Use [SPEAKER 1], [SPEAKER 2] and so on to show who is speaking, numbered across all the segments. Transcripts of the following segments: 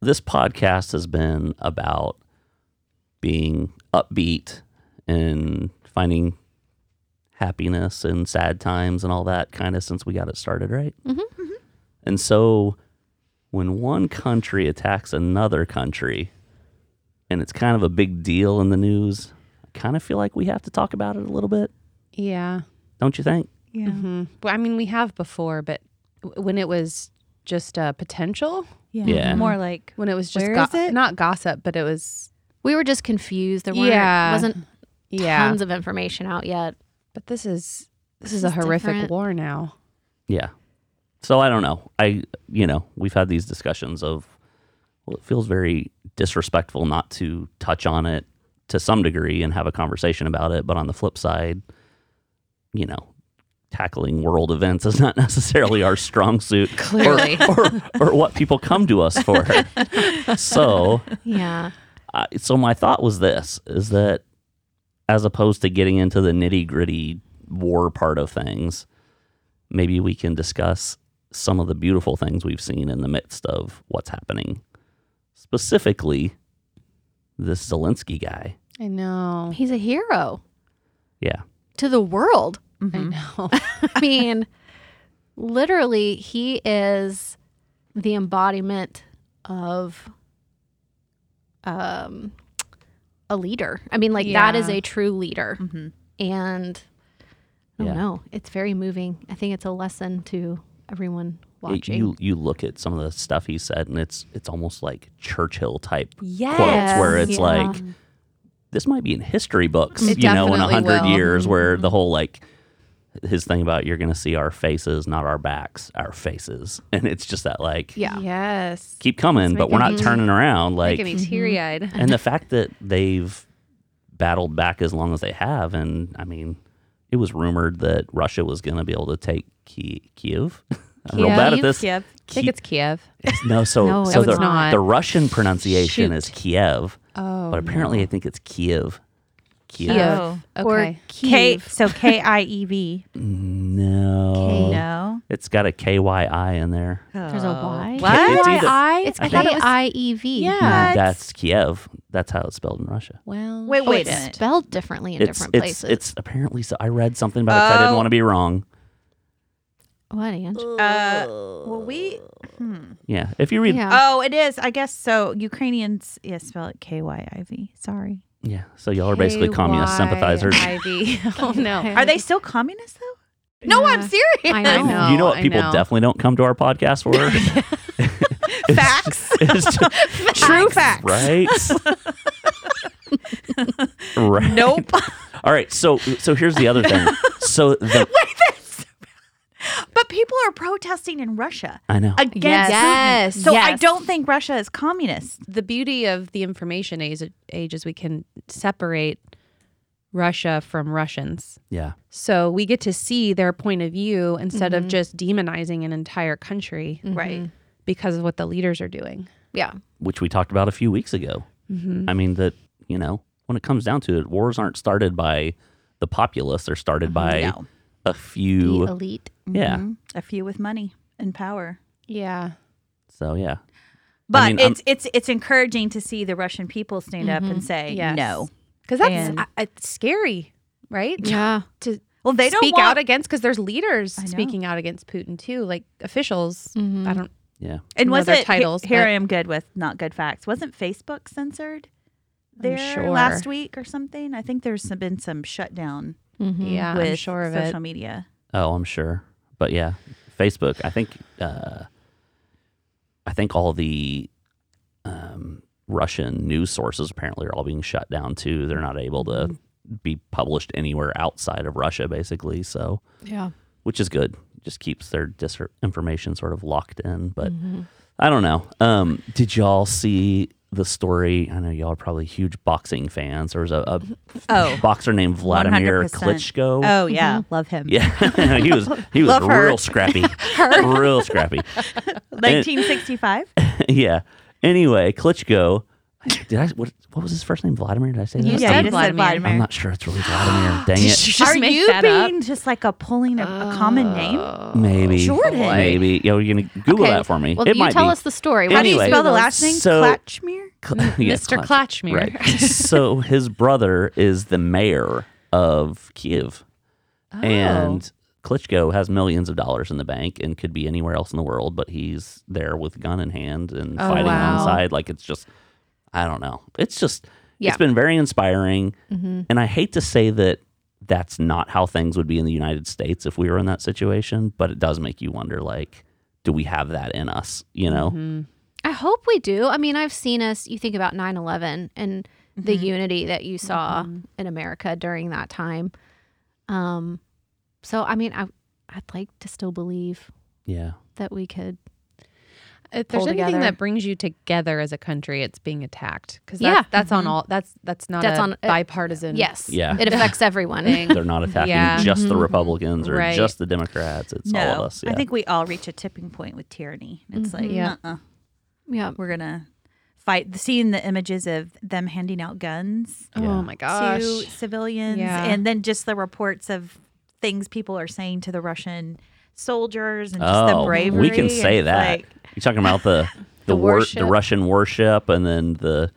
[SPEAKER 1] this podcast has been about being upbeat and finding happiness and sad times and all that kind of since we got it started, right? And so when one country attacks another country and it's kind of a big deal in the news, I kind of feel like we have to talk about it a little bit,
[SPEAKER 2] Yeah.
[SPEAKER 1] don't you think?
[SPEAKER 3] Yeah.
[SPEAKER 2] Hmm. Well, I mean, we have before, but w- when it was just uh, potential,
[SPEAKER 3] yeah.
[SPEAKER 1] Yeah.
[SPEAKER 3] More like
[SPEAKER 2] when it was just
[SPEAKER 3] Where
[SPEAKER 2] go-
[SPEAKER 3] is it?
[SPEAKER 2] not gossip, but it was
[SPEAKER 4] We were just confused. There weren't,
[SPEAKER 2] Yeah.
[SPEAKER 4] wasn't
[SPEAKER 1] Ah.
[SPEAKER 2] yeah.
[SPEAKER 4] tons of information out yet.
[SPEAKER 2] but this is this,
[SPEAKER 4] This
[SPEAKER 2] is a
[SPEAKER 4] is
[SPEAKER 2] horrific
[SPEAKER 4] different.
[SPEAKER 2] war now.
[SPEAKER 1] Yeah. So I don't know. I you know, we've had these discussions of well, it feels very disrespectful not to touch on it to some degree and have a conversation about it, but on the flip side, you know, tackling world events is not necessarily our strong suit
[SPEAKER 4] Clearly.
[SPEAKER 1] or, or, or what people come to us for. so
[SPEAKER 4] Yeah.
[SPEAKER 1] I, so my thought was this is that as opposed to getting into the nitty gritty war part of things maybe we can discuss some of the beautiful things we've seen in the midst of what's happening specifically this zelensky guy
[SPEAKER 2] I know.
[SPEAKER 4] He's a hero
[SPEAKER 1] yeah
[SPEAKER 4] to the world.
[SPEAKER 2] I know.
[SPEAKER 4] I mean, literally, he is the embodiment of um, a leader. I mean, like, that is
[SPEAKER 2] Yeah.
[SPEAKER 4] a true leader.
[SPEAKER 3] Mm-hmm.
[SPEAKER 4] And I
[SPEAKER 1] Yeah.
[SPEAKER 4] don't know. It's very moving. I think it's a lesson to everyone
[SPEAKER 1] It-
[SPEAKER 4] watching.
[SPEAKER 1] you you look at some of the stuff he said and it's it's almost like churchill type
[SPEAKER 3] Yes.
[SPEAKER 1] quotes where it's
[SPEAKER 4] Yeah.
[SPEAKER 1] like this might be in history books,
[SPEAKER 2] It
[SPEAKER 1] you know, in a
[SPEAKER 2] definitely
[SPEAKER 1] hundred
[SPEAKER 2] will. Mm-hmm.
[SPEAKER 1] years, where the whole like his thing about you're going to see our faces, not our backs, our faces, and it's just that like
[SPEAKER 4] yeah.
[SPEAKER 2] Yes.
[SPEAKER 1] keep coming, but we're not turning around. Like,
[SPEAKER 2] Making me teary eyed.
[SPEAKER 1] and the fact that they've battled back as long as they have, and I mean, it was rumored that Russia was going to be able to take Ki- Kiev. I'm real bad at this.
[SPEAKER 3] Yep.
[SPEAKER 2] I think it's Kiev.
[SPEAKER 1] It's- No, so
[SPEAKER 4] No,
[SPEAKER 1] so
[SPEAKER 4] it's
[SPEAKER 1] the,
[SPEAKER 2] not.
[SPEAKER 1] the Russian pronunciation is
[SPEAKER 2] Shoot.
[SPEAKER 1] Kiev,
[SPEAKER 2] Oh.
[SPEAKER 1] but apparently I think it's Kiev. Kiev.
[SPEAKER 2] Kiev.
[SPEAKER 3] Oh.
[SPEAKER 4] Or
[SPEAKER 2] Okay.
[SPEAKER 3] K.
[SPEAKER 4] Kiev.
[SPEAKER 3] So K I E V.
[SPEAKER 1] No.
[SPEAKER 3] No.
[SPEAKER 1] It's got a KYI in there.
[SPEAKER 4] There's a Y.
[SPEAKER 3] What?
[SPEAKER 1] It's either-
[SPEAKER 2] I,
[SPEAKER 4] It's
[SPEAKER 2] I thought it was.
[SPEAKER 4] K-I-E-V.
[SPEAKER 1] No,
[SPEAKER 3] What?
[SPEAKER 1] that's Kiev. That's how it's spelled in Russia.
[SPEAKER 2] Well,
[SPEAKER 3] Wait,
[SPEAKER 4] Oh,
[SPEAKER 3] wait
[SPEAKER 4] it's
[SPEAKER 3] a minute.
[SPEAKER 4] spelled differently in
[SPEAKER 1] It's
[SPEAKER 4] different
[SPEAKER 1] it's,
[SPEAKER 4] places.
[SPEAKER 1] it's apparently so I read something about it. 'cause I didn't
[SPEAKER 3] Oh.
[SPEAKER 1] want to be wrong.
[SPEAKER 4] what, Ange?
[SPEAKER 3] Uh, well, we. Hmm.
[SPEAKER 1] Yeah. If you read yeah,
[SPEAKER 4] Yeah.
[SPEAKER 3] Oh, it is. I guess so. Ukrainians, yeah, spell it K Y I V. Sorry.
[SPEAKER 1] so y'all are basically communist sympathizers.
[SPEAKER 2] Ivy. oh no.
[SPEAKER 3] Are they still communists though?
[SPEAKER 4] No, I'm serious. I know.
[SPEAKER 2] I know.
[SPEAKER 1] you know what
[SPEAKER 2] I
[SPEAKER 1] people
[SPEAKER 2] know.
[SPEAKER 1] definitely don't come to our podcast for? It's-
[SPEAKER 3] Facts.
[SPEAKER 1] it's just-
[SPEAKER 3] True facts.
[SPEAKER 1] right? right.
[SPEAKER 3] Nope.
[SPEAKER 1] All right. So so here's the other thing. So the
[SPEAKER 3] But people are protesting in Russia
[SPEAKER 1] I know.
[SPEAKER 3] against.
[SPEAKER 4] Yes.
[SPEAKER 3] So I
[SPEAKER 4] Yes.
[SPEAKER 3] don't think Russia is communist.
[SPEAKER 2] The beauty of the information age, age is we can separate Russia from Russians.
[SPEAKER 1] yeah.
[SPEAKER 2] So we get to see their point of view instead
[SPEAKER 4] Mm-hmm.
[SPEAKER 2] of just demonizing an entire country
[SPEAKER 3] Right.
[SPEAKER 2] because of what the leaders are doing.
[SPEAKER 4] Yeah.
[SPEAKER 1] which we talked about a few weeks ago. I mean, that, you know, when it comes down to it, wars aren't started by the populace, they're started by
[SPEAKER 3] No.
[SPEAKER 1] a few.
[SPEAKER 4] The elite.
[SPEAKER 1] Yeah.
[SPEAKER 3] Mhm. A few with money and power.
[SPEAKER 2] Yeah.
[SPEAKER 1] So, yeah.
[SPEAKER 3] But
[SPEAKER 1] mean, I'm-
[SPEAKER 3] it's it's it's encouraging to see the Russian people stand up and say
[SPEAKER 2] Mm-hmm. Yes.
[SPEAKER 3] no.
[SPEAKER 2] Because that's
[SPEAKER 3] And-
[SPEAKER 2] I- it's scary, right?
[SPEAKER 4] Yeah.
[SPEAKER 2] To
[SPEAKER 3] Well, they don't
[SPEAKER 2] speak
[SPEAKER 3] want,
[SPEAKER 2] out against because there's leaders
[SPEAKER 3] I know.
[SPEAKER 2] speaking out against Putin too, like officials.
[SPEAKER 4] Mhm.
[SPEAKER 2] I don't.
[SPEAKER 1] Yeah.
[SPEAKER 3] And
[SPEAKER 2] know
[SPEAKER 3] was
[SPEAKER 2] their
[SPEAKER 3] it
[SPEAKER 2] titles,
[SPEAKER 3] titles? Here
[SPEAKER 2] but-
[SPEAKER 3] I am good with not good facts. Wasn't Facebook censored there
[SPEAKER 2] sure.
[SPEAKER 3] last week or something? I think there's some- been some shutdown
[SPEAKER 2] Yeah,
[SPEAKER 3] with
[SPEAKER 2] I'm sure of it.
[SPEAKER 3] social media.
[SPEAKER 1] Oh, I'm sure. But yeah, Facebook, I think, uh, I think all the um, Russian news sources apparently are all being shut down too. They're not able to be published anywhere outside of Russia, basically. So,
[SPEAKER 4] Yeah.
[SPEAKER 1] which is good. Just keeps their dis- information sort of locked in. But
[SPEAKER 3] Mm-hmm.
[SPEAKER 1] I don't know. Um, did y'all see the story? I know y'all are probably huge boxing fans. There was a, a
[SPEAKER 3] Oh.
[SPEAKER 1] boxer named Vladimir
[SPEAKER 3] 100%.
[SPEAKER 1] Klitschko.
[SPEAKER 3] Oh yeah,
[SPEAKER 2] Mm-hmm.
[SPEAKER 3] love him.
[SPEAKER 1] Yeah, he was he was
[SPEAKER 3] Love her.
[SPEAKER 1] real scrappy, real scrappy.
[SPEAKER 3] 1965.
[SPEAKER 1] yeah. Anyway, Klitschko Did I? What, what was his first name? Vladimir? Did I say that?
[SPEAKER 3] You
[SPEAKER 1] I'm-
[SPEAKER 2] said
[SPEAKER 3] yeah, you just said
[SPEAKER 2] Vladimir.
[SPEAKER 3] Vladimir.
[SPEAKER 1] I'm not sure it's really Vladimir. Dang
[SPEAKER 2] Did
[SPEAKER 1] it.
[SPEAKER 2] you just
[SPEAKER 3] Are
[SPEAKER 2] make
[SPEAKER 3] you
[SPEAKER 2] that up?
[SPEAKER 3] being just like a pulling a, a common name?
[SPEAKER 1] Maybe.
[SPEAKER 3] Jordan.
[SPEAKER 1] Maybe. Yo, you're going to Google
[SPEAKER 4] Okay,
[SPEAKER 1] that for me.
[SPEAKER 4] Well,
[SPEAKER 1] it
[SPEAKER 4] you
[SPEAKER 1] might
[SPEAKER 4] tell
[SPEAKER 1] be.
[SPEAKER 4] us the story.
[SPEAKER 3] How do you
[SPEAKER 1] Anyway.
[SPEAKER 3] spell the last name?
[SPEAKER 1] So-
[SPEAKER 3] Klatchmere?
[SPEAKER 1] Cl- yeah,
[SPEAKER 2] Mr. Klachmir.
[SPEAKER 1] Right. so his brother is the mayor of Kiev. oh.
[SPEAKER 2] Oh.
[SPEAKER 1] And Klitschko has millions of dollars in the bank and could be anywhere else in the world, but he's there with gun in hand and
[SPEAKER 2] Oh,
[SPEAKER 1] fighting on
[SPEAKER 2] wow.
[SPEAKER 1] the side. Like it's just, I don't know. It's just,
[SPEAKER 4] Yeah.
[SPEAKER 1] it's been very inspiring.
[SPEAKER 2] Mm-hmm.
[SPEAKER 4] hmm
[SPEAKER 1] And I hate to say that that's not how things would be in the United States if we were in that situation, but it does make you wonder like, do we have that in us? You know?
[SPEAKER 2] Mhm.
[SPEAKER 4] I hope we do. I mean, I've seen us, you think about 9 11 and
[SPEAKER 3] Mm-hmm.
[SPEAKER 4] the unity that you saw in America during that time. Um, so, I mean, I, I'd like to still believe
[SPEAKER 2] Mm-hmm.
[SPEAKER 1] Yeah.
[SPEAKER 4] that we could.
[SPEAKER 2] If there's
[SPEAKER 4] Pull
[SPEAKER 2] anything
[SPEAKER 4] together.
[SPEAKER 2] that brings you together as a country, it's being attacked because
[SPEAKER 4] Yeah.
[SPEAKER 2] that's, that's on all. That's that's not
[SPEAKER 4] That's
[SPEAKER 2] a
[SPEAKER 4] on- it-
[SPEAKER 2] bipartisan.
[SPEAKER 4] Yes.
[SPEAKER 1] Yeah.
[SPEAKER 4] It affects everyone.
[SPEAKER 1] They're not attacking
[SPEAKER 2] Yeah.
[SPEAKER 1] just the
[SPEAKER 2] Mhm.
[SPEAKER 1] Republicans or
[SPEAKER 2] Right.
[SPEAKER 1] just the Democrats. It's all of us. Yeah.
[SPEAKER 3] I think we all reach a tipping point with tyranny. It's like,
[SPEAKER 4] Mhm. Yeah.
[SPEAKER 3] uh-uh.
[SPEAKER 4] yeah.
[SPEAKER 3] we're gonna fight. Seeing the images of them handing out guns
[SPEAKER 1] Yeah.
[SPEAKER 2] Oh my gosh.
[SPEAKER 3] to civilians,
[SPEAKER 2] Yeah.
[SPEAKER 3] and then just the reports of things people are saying to the Russian soldiers and just
[SPEAKER 1] oh,
[SPEAKER 3] the bravery.
[SPEAKER 1] we can
[SPEAKER 3] and
[SPEAKER 1] say
[SPEAKER 3] it's
[SPEAKER 1] that.
[SPEAKER 3] like-
[SPEAKER 1] You're talking about the the,
[SPEAKER 4] The
[SPEAKER 1] wor- the
[SPEAKER 4] worship.
[SPEAKER 1] Russian warship, and then the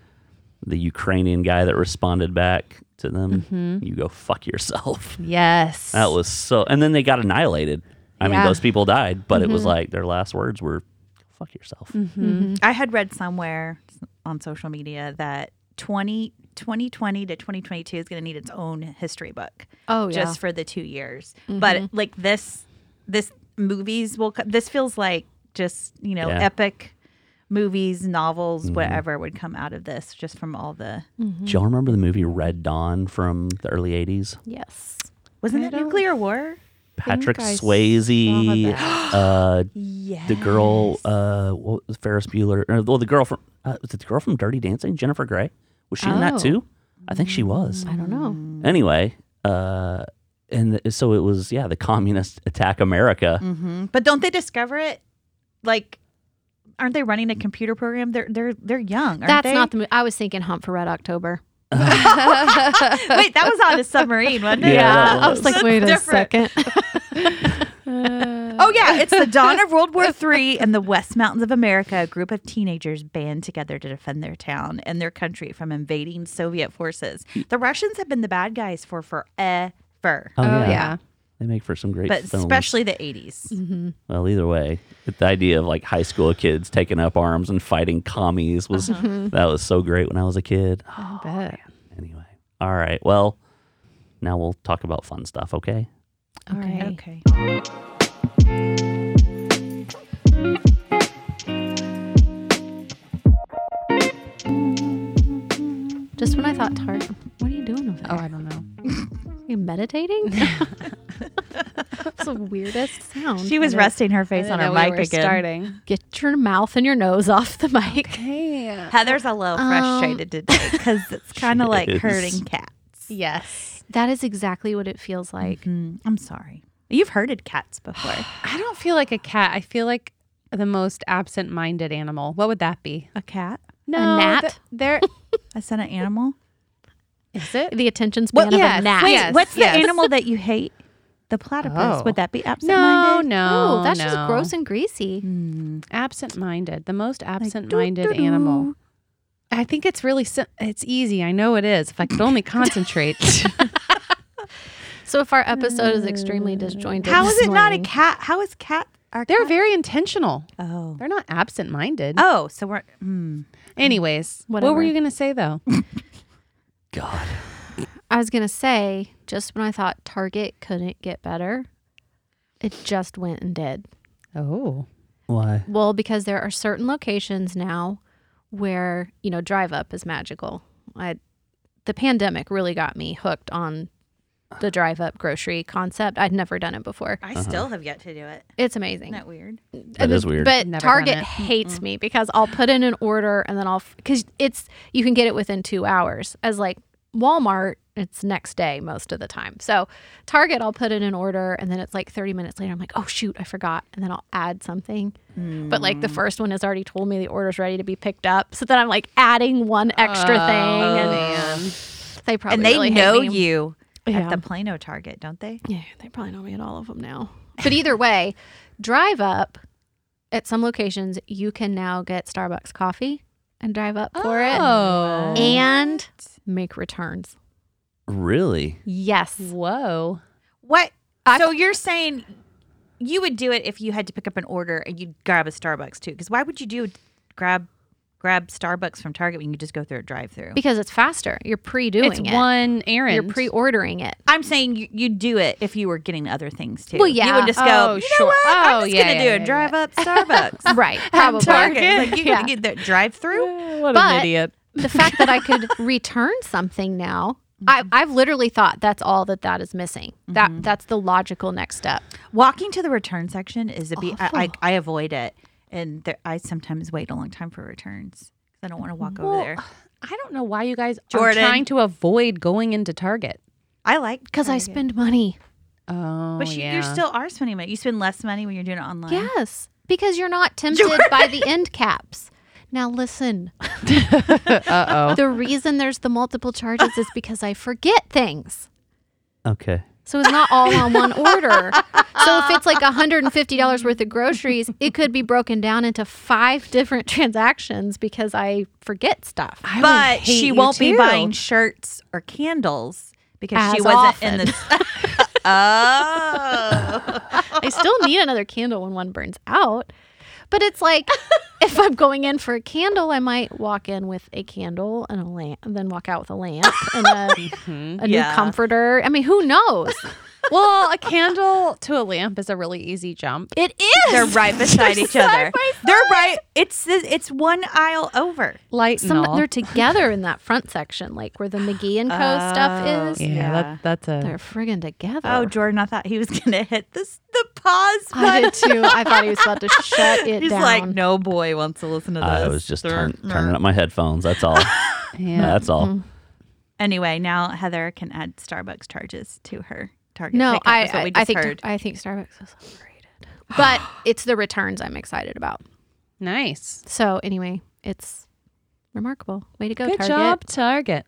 [SPEAKER 1] the Ukrainian guy that responded back to them. You go fuck yourself.
[SPEAKER 2] Yes.
[SPEAKER 1] That was so. And then they got annihilated. I mean,
[SPEAKER 2] Yeah.
[SPEAKER 1] those people died, but it was like their last words were "fuck yourself."
[SPEAKER 3] I had read somewhere on social media that 20, 2020 to 2022 is going to need its own history book
[SPEAKER 4] Oh, yeah. Mm-hmm.
[SPEAKER 3] just for the two years. But like this, this movies will, co- this feels like just, you know,
[SPEAKER 1] Yeah.
[SPEAKER 3] epic movies, novels,
[SPEAKER 4] Mm-hmm.
[SPEAKER 3] whatever would come out of this just from all the,
[SPEAKER 1] Do y'all remember the movie Red Dawn from the early '80s?
[SPEAKER 4] yes.
[SPEAKER 3] wasn't it nuclear war?
[SPEAKER 1] Patrick
[SPEAKER 2] I saw
[SPEAKER 1] Swayze, uh,
[SPEAKER 3] Yeah.
[SPEAKER 1] the girl, uh, what was Ferris Bueller, or, well, the girl from uh, was it the girl from Dirty Dancing, Jennifer Grey. Was she in that
[SPEAKER 4] Oh.
[SPEAKER 1] too? I think she was.
[SPEAKER 4] I don't
[SPEAKER 2] Mm.
[SPEAKER 4] know.
[SPEAKER 1] Anyway, uh, and th- so it was. Yeah, the communists attack America.
[SPEAKER 3] hmm But don't they discover it? Like, aren't they running a computer program? They're, they're, they're young. Aren't
[SPEAKER 4] That's
[SPEAKER 3] they?
[SPEAKER 4] not the mo- I was thinking Hunt for Red October.
[SPEAKER 3] Wait, that was on a submarine, wasn't it?
[SPEAKER 1] Yeah, that
[SPEAKER 4] I was
[SPEAKER 1] was-
[SPEAKER 4] like,
[SPEAKER 3] That's
[SPEAKER 4] wait a
[SPEAKER 3] different.
[SPEAKER 4] second.
[SPEAKER 3] Oh yeah, it's the dawn of World War III in the West Mountains of America. A group of teenagers band together to defend their town and their country from invading Soviet forces. The Russians have been the bad guys for forever,
[SPEAKER 1] Oh,
[SPEAKER 2] yeah.
[SPEAKER 1] They make for some great
[SPEAKER 3] but
[SPEAKER 1] films.
[SPEAKER 3] especially the '80s.
[SPEAKER 2] Mm-hmm.
[SPEAKER 1] well, either way, the idea of like high school kids taking up arms and fighting commies was that was so great when I was a kid.
[SPEAKER 2] I bet.
[SPEAKER 1] Anyway, all right. Well, now we'll talk about fun stuff. Okay.
[SPEAKER 4] All right.
[SPEAKER 3] Okay.
[SPEAKER 4] Just when I thought, Tart, what are you doing over there?
[SPEAKER 2] Oh, I don't know.
[SPEAKER 4] Are you meditating? That's the weirdest sound.
[SPEAKER 3] She was resting her face on her mic again.
[SPEAKER 2] starting.
[SPEAKER 4] Get your mouth and your nose off the mic.
[SPEAKER 2] Hey.
[SPEAKER 3] Heather's a
[SPEAKER 2] Um,
[SPEAKER 3] little frustrated today because it's kind of like
[SPEAKER 1] is.
[SPEAKER 3] herding cats.
[SPEAKER 2] Yes.
[SPEAKER 4] That is exactly what it feels like.
[SPEAKER 2] Mm-hmm.
[SPEAKER 3] Mm, I'm sorry. You've herded cats before.
[SPEAKER 2] I don't feel like a cat. I feel like the most absent-minded animal. What would that be?
[SPEAKER 3] a cat?
[SPEAKER 2] No,
[SPEAKER 4] gnat?
[SPEAKER 2] th- there
[SPEAKER 3] I said an animal.
[SPEAKER 2] is it.
[SPEAKER 4] The attention span of
[SPEAKER 2] yes,
[SPEAKER 4] a gnat.
[SPEAKER 2] wait,
[SPEAKER 3] Wait, what's
[SPEAKER 2] yes.
[SPEAKER 3] the animal that you hate? The platypus.
[SPEAKER 2] Oh.
[SPEAKER 3] Would that be
[SPEAKER 2] No,
[SPEAKER 3] absent-minded?
[SPEAKER 2] no,
[SPEAKER 4] Oh, that's
[SPEAKER 2] no.
[SPEAKER 4] just gross and greasy.
[SPEAKER 3] Mm.
[SPEAKER 2] Absent-minded, the most
[SPEAKER 3] Like,
[SPEAKER 2] absent-minded
[SPEAKER 3] doo-doo-doo.
[SPEAKER 2] animal. I think it's really sim- it's easy. I know it is. If I could only concentrate.
[SPEAKER 4] So if our episode is extremely disjointed,
[SPEAKER 3] Mm. How is
[SPEAKER 4] this
[SPEAKER 3] it not a
[SPEAKER 4] morning-
[SPEAKER 3] cat? How is cat? Our
[SPEAKER 2] They're
[SPEAKER 3] cat?
[SPEAKER 2] very intentional.
[SPEAKER 3] Oh.
[SPEAKER 2] They're not absent-minded.
[SPEAKER 3] Oh, so we're. Mm.
[SPEAKER 2] Anyways, what were
[SPEAKER 4] Whatever.
[SPEAKER 2] you going to say though?
[SPEAKER 1] God.
[SPEAKER 4] I was gonna say, just when I thought Target couldn't get better, it just went and did.
[SPEAKER 2] Oh.
[SPEAKER 1] Why?
[SPEAKER 4] Well, because there are certain locations now where, you know, drive up is magical. I, the pandemic really got me hooked on the drive up grocery concept. I'd never done it before.
[SPEAKER 3] I still have yet to do it.
[SPEAKER 4] It's amazing.
[SPEAKER 3] Isn't that weird?
[SPEAKER 1] That is weird.
[SPEAKER 4] But
[SPEAKER 2] Never
[SPEAKER 4] Target
[SPEAKER 2] done it.
[SPEAKER 4] hates me because I'll put in an order and then I'll, because it's, you can get it within two hours as like Walmart, it's next day most of the time. So Target, I'll put in an order and then it's like 30 minutes later, I'm like, oh, shoot, I forgot. And then I'll add something. But like the
[SPEAKER 2] Mm.
[SPEAKER 4] first one has already told me the order's ready to be picked up. So then I'm like adding one extra
[SPEAKER 2] Oh,
[SPEAKER 4] thing. And they probably
[SPEAKER 3] and they
[SPEAKER 4] really hate
[SPEAKER 3] know
[SPEAKER 4] me.
[SPEAKER 3] you
[SPEAKER 4] Yeah.
[SPEAKER 3] at the Plano Target, don't they?
[SPEAKER 4] Yeah, they probably know me at all of them now. But either way, drive up at some locations, you can now get Starbucks coffee and drive up for
[SPEAKER 2] Oh.
[SPEAKER 4] it and make returns.
[SPEAKER 1] Really?
[SPEAKER 4] Yes.
[SPEAKER 2] Whoa.
[SPEAKER 3] What?
[SPEAKER 4] I-
[SPEAKER 3] so you're saying you would do it if you had to pick up an order and you'd grab a Starbucks too? Because why would you do grab grab Starbucks from Target when you just go through a drive-through?
[SPEAKER 4] Because it's faster. You're pre doing
[SPEAKER 2] it's
[SPEAKER 4] it.
[SPEAKER 2] one errand.
[SPEAKER 4] You're pre ordering it.
[SPEAKER 3] I'm saying you, you'd do it if you were getting other things too.
[SPEAKER 4] Well,
[SPEAKER 3] You
[SPEAKER 4] yeah.
[SPEAKER 3] would just go,
[SPEAKER 2] Oh,
[SPEAKER 3] you know
[SPEAKER 2] sure.
[SPEAKER 3] what?
[SPEAKER 2] Oh,
[SPEAKER 3] I'm just
[SPEAKER 2] yeah,
[SPEAKER 3] going to
[SPEAKER 2] yeah,
[SPEAKER 3] do
[SPEAKER 2] yeah,
[SPEAKER 3] a drive up Starbucks.
[SPEAKER 4] Right.
[SPEAKER 3] At
[SPEAKER 4] Probably.
[SPEAKER 3] Target. Like, you're
[SPEAKER 4] Yeah.
[SPEAKER 3] going to get that drive-through?
[SPEAKER 2] Eh, What
[SPEAKER 4] But-
[SPEAKER 2] an idiot.
[SPEAKER 4] the fact that I could return something now. I, I've literally thought that's all that that is missing. That that's the logical next step.
[SPEAKER 3] Walking to the return section is a be- I, I, I avoid it, and there, I sometimes wait a long time for returns because I don't want to walk over there.
[SPEAKER 2] I don't know why you guys are
[SPEAKER 3] Jordan.
[SPEAKER 2] trying to avoid going into Target.
[SPEAKER 3] I like
[SPEAKER 4] Because I
[SPEAKER 3] Target.
[SPEAKER 4] spend money.
[SPEAKER 2] Oh,
[SPEAKER 3] but you, you still are spending money. You spend less money when you're doing it online.
[SPEAKER 4] Yes, because you're not tempted by the end caps. Now listen.
[SPEAKER 2] Uh
[SPEAKER 4] The reason there's the multiple charges is because I forget things.
[SPEAKER 1] Okay.
[SPEAKER 4] So it's not all on one order. So if it's like $150 worth of groceries, it could be broken down into five different transactions because I forget stuff.
[SPEAKER 2] oh.
[SPEAKER 3] But she won't be buying shirts or candles because she
[SPEAKER 4] As
[SPEAKER 3] wasn't
[SPEAKER 4] often.
[SPEAKER 3] in the. oh.
[SPEAKER 4] I still need another candle when one burns out. But it's like if I'm going in for a candle, I might walk in with a candle and a lamp, and then walk out with a lamp and a, a new
[SPEAKER 3] Yeah.
[SPEAKER 4] comforter. I mean, who knows?
[SPEAKER 2] Well, a candle to a lamp is a really easy jump.
[SPEAKER 4] It is.
[SPEAKER 3] They're right beside each other.
[SPEAKER 4] side by
[SPEAKER 3] They're right. It's it's one aisle over.
[SPEAKER 2] Light and
[SPEAKER 4] Some,
[SPEAKER 2] all.
[SPEAKER 4] they're together in that front section, like where the McGee and Co. stuff is.
[SPEAKER 2] yeah,
[SPEAKER 3] Yeah.
[SPEAKER 2] That, that's a.
[SPEAKER 4] They're friggin' together.
[SPEAKER 3] Oh, Jordan, I thought he was gonna hit this the pause button.
[SPEAKER 4] I did too. I thought he was about to shut it
[SPEAKER 3] He's
[SPEAKER 4] down.
[SPEAKER 3] like, no boy wants to listen to this.
[SPEAKER 1] I was just turn, turning up my headphones. That's all. That's all.
[SPEAKER 3] Anyway, now Heather can add Starbucks charges to her Target.
[SPEAKER 4] No,
[SPEAKER 3] pickup,
[SPEAKER 4] I,
[SPEAKER 3] is
[SPEAKER 4] I,
[SPEAKER 3] what we
[SPEAKER 4] I
[SPEAKER 3] just
[SPEAKER 4] think
[SPEAKER 3] heard.
[SPEAKER 4] I think Starbucks is overrated, but it's the returns I'm excited about.
[SPEAKER 2] Nice.
[SPEAKER 4] So anyway, it's remarkable. Way to go,
[SPEAKER 2] Good
[SPEAKER 4] Target.
[SPEAKER 2] job, Target.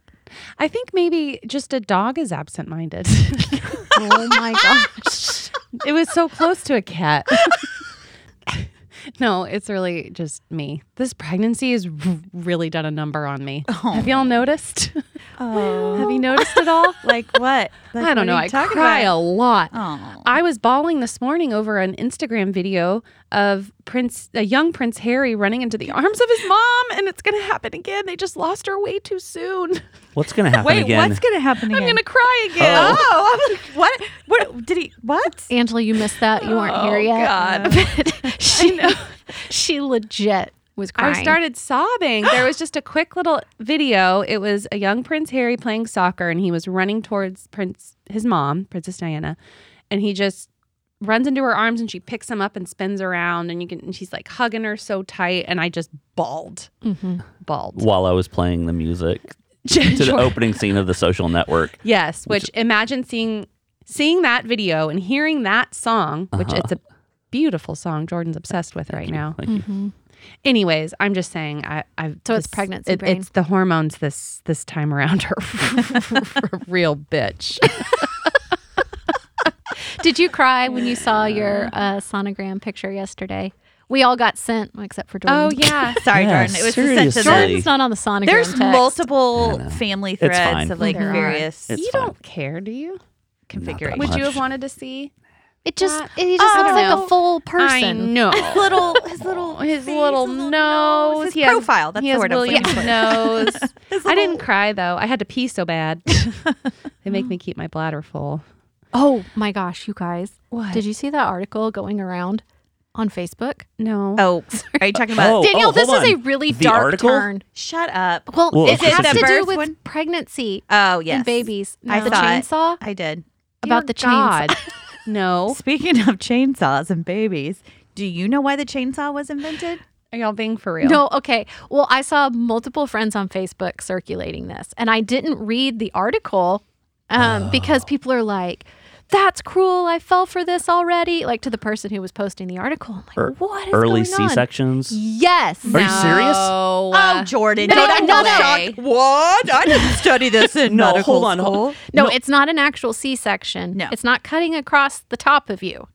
[SPEAKER 2] I think maybe just a dog is absent minded.
[SPEAKER 4] Oh my gosh.
[SPEAKER 2] it was so close to a cat. no, it's really just me. This pregnancy has r- really done a number on me.
[SPEAKER 3] Oh.
[SPEAKER 2] Have y'all noticed? Have you noticed at all?
[SPEAKER 3] like what? Like,
[SPEAKER 2] I don't
[SPEAKER 3] what
[SPEAKER 2] know.
[SPEAKER 3] are
[SPEAKER 2] I
[SPEAKER 3] you talking
[SPEAKER 2] cry
[SPEAKER 3] about? Oh.
[SPEAKER 2] a lot.
[SPEAKER 3] Aw.
[SPEAKER 2] I was bawling this morning over an Instagram video of Prince, a young Prince Harry, running into the arms of his mom, and it's gonna happen again. They just lost her way too soon.
[SPEAKER 1] What's gonna happen
[SPEAKER 3] Wait,
[SPEAKER 1] again?
[SPEAKER 3] what's gonna happen again?
[SPEAKER 2] I'm gonna cry again.
[SPEAKER 3] Oh, I'm like, what? What did he? What?
[SPEAKER 4] Angela, you missed that. You weren't
[SPEAKER 2] Oh,
[SPEAKER 4] here yet. God. she, she legit was crying.
[SPEAKER 2] I started sobbing. There was just a quick little video. It was a young Prince Harry playing soccer, and he was running towards Prince, his mom, Princess Diana, and he just runs into her arms, and she picks him up and spins around, and you can, and she's like hugging her so tight, and I just bawled, bawled.
[SPEAKER 1] While I was playing the music to the opening scene of the social network.
[SPEAKER 2] Yes, which imagine seeing seeing that video and hearing that song, which it's a beautiful song Jordan's obsessed with right now.
[SPEAKER 1] Uh-huh. Thank you.
[SPEAKER 2] Anyways, I'm just saying I I've
[SPEAKER 4] So it's
[SPEAKER 2] this-
[SPEAKER 4] pregnancy
[SPEAKER 2] it-
[SPEAKER 4] brain.
[SPEAKER 2] it's the hormones this this time around are a real bitch.
[SPEAKER 4] Did you cry when you saw your uh, sonogram picture yesterday? We all got sent, except for Jordan.
[SPEAKER 2] oh yeah.
[SPEAKER 3] Sorry,
[SPEAKER 1] Yeah,
[SPEAKER 3] Jordan. It was sent to
[SPEAKER 1] seriously.
[SPEAKER 3] the.
[SPEAKER 4] Jordan's not on the sonogram.
[SPEAKER 3] There's
[SPEAKER 4] text.
[SPEAKER 3] multiple family threads
[SPEAKER 1] fine.
[SPEAKER 3] of like
[SPEAKER 4] There are.
[SPEAKER 3] various
[SPEAKER 1] It's
[SPEAKER 2] you
[SPEAKER 1] fine.
[SPEAKER 2] don't care, do you?
[SPEAKER 3] configurations.
[SPEAKER 2] Would you
[SPEAKER 1] Much.
[SPEAKER 2] have wanted to see?
[SPEAKER 4] It just
[SPEAKER 2] Not-
[SPEAKER 4] it just looks
[SPEAKER 2] I don't
[SPEAKER 4] like
[SPEAKER 2] know.
[SPEAKER 4] a full person.
[SPEAKER 2] Oh, I know.
[SPEAKER 3] His little, his little,
[SPEAKER 2] his
[SPEAKER 3] face,
[SPEAKER 2] little
[SPEAKER 3] his
[SPEAKER 2] nose.
[SPEAKER 3] his
[SPEAKER 2] He has-
[SPEAKER 3] profile. That's
[SPEAKER 2] he
[SPEAKER 3] the
[SPEAKER 2] has
[SPEAKER 3] word I'm
[SPEAKER 2] William
[SPEAKER 3] looking for.
[SPEAKER 2] nose.
[SPEAKER 3] His
[SPEAKER 2] I didn't
[SPEAKER 3] little-
[SPEAKER 2] cry though. I had to pee so bad. they make me keep my bladder full.
[SPEAKER 4] Oh my gosh, you guys!
[SPEAKER 2] What?
[SPEAKER 4] Did you see that article going around on Facebook?
[SPEAKER 2] No.
[SPEAKER 3] Oh, are you talking about?
[SPEAKER 1] Oh.
[SPEAKER 4] Daniel, this
[SPEAKER 1] hold
[SPEAKER 4] is a
[SPEAKER 1] on.
[SPEAKER 4] really
[SPEAKER 1] The
[SPEAKER 4] dark
[SPEAKER 1] article?
[SPEAKER 4] turn.
[SPEAKER 3] Shut up.
[SPEAKER 4] Well,
[SPEAKER 1] Well,
[SPEAKER 4] it
[SPEAKER 1] it's just
[SPEAKER 4] has
[SPEAKER 1] a
[SPEAKER 4] to do
[SPEAKER 3] birth
[SPEAKER 4] with
[SPEAKER 3] one?
[SPEAKER 4] pregnancy
[SPEAKER 3] Oh yes,
[SPEAKER 4] and babies.
[SPEAKER 3] I
[SPEAKER 4] the
[SPEAKER 3] saw it.
[SPEAKER 4] chainsaw
[SPEAKER 3] I did.
[SPEAKER 4] about the
[SPEAKER 2] Dear God.
[SPEAKER 4] chainsaw.
[SPEAKER 2] no.
[SPEAKER 3] Speaking of chainsaws and babies, do you know why the chainsaw was invented?
[SPEAKER 2] Are y'all being for real?
[SPEAKER 4] No, okay. Well, I saw multiple friends on Facebook circulating this, and I didn't read the article um, because people are like, that's cruel. I fell for this already. Like to the person who was posting the article. I'm like,
[SPEAKER 1] Er-
[SPEAKER 4] what is
[SPEAKER 1] Early
[SPEAKER 4] going on?
[SPEAKER 1] C sections.
[SPEAKER 4] Yes.
[SPEAKER 1] Are you serious?
[SPEAKER 2] No.
[SPEAKER 3] Oh, Jordan,
[SPEAKER 4] Uh, No,
[SPEAKER 3] don't act
[SPEAKER 4] no,
[SPEAKER 3] all
[SPEAKER 4] no.
[SPEAKER 3] shocked. What? I didn't study this in
[SPEAKER 1] No,
[SPEAKER 3] medical
[SPEAKER 1] hold on, hold
[SPEAKER 3] school.
[SPEAKER 4] No, it's not an actual C section.
[SPEAKER 3] No.
[SPEAKER 4] It's not cutting across the top of you.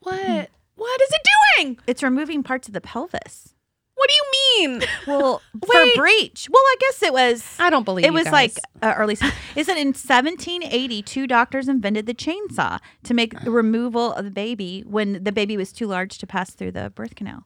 [SPEAKER 2] what? What is it doing?
[SPEAKER 3] It's removing parts of the pelvis.
[SPEAKER 2] What do you mean?
[SPEAKER 3] Well,
[SPEAKER 2] Wait.
[SPEAKER 3] for breach. Well, I guess it was.
[SPEAKER 2] I don't believe
[SPEAKER 3] It
[SPEAKER 2] you
[SPEAKER 3] was
[SPEAKER 2] guys.
[SPEAKER 3] like uh, early. Isn't in 1780 two doctors invented the chainsaw to make the removal of the baby when the baby was too large to pass through the birth canal.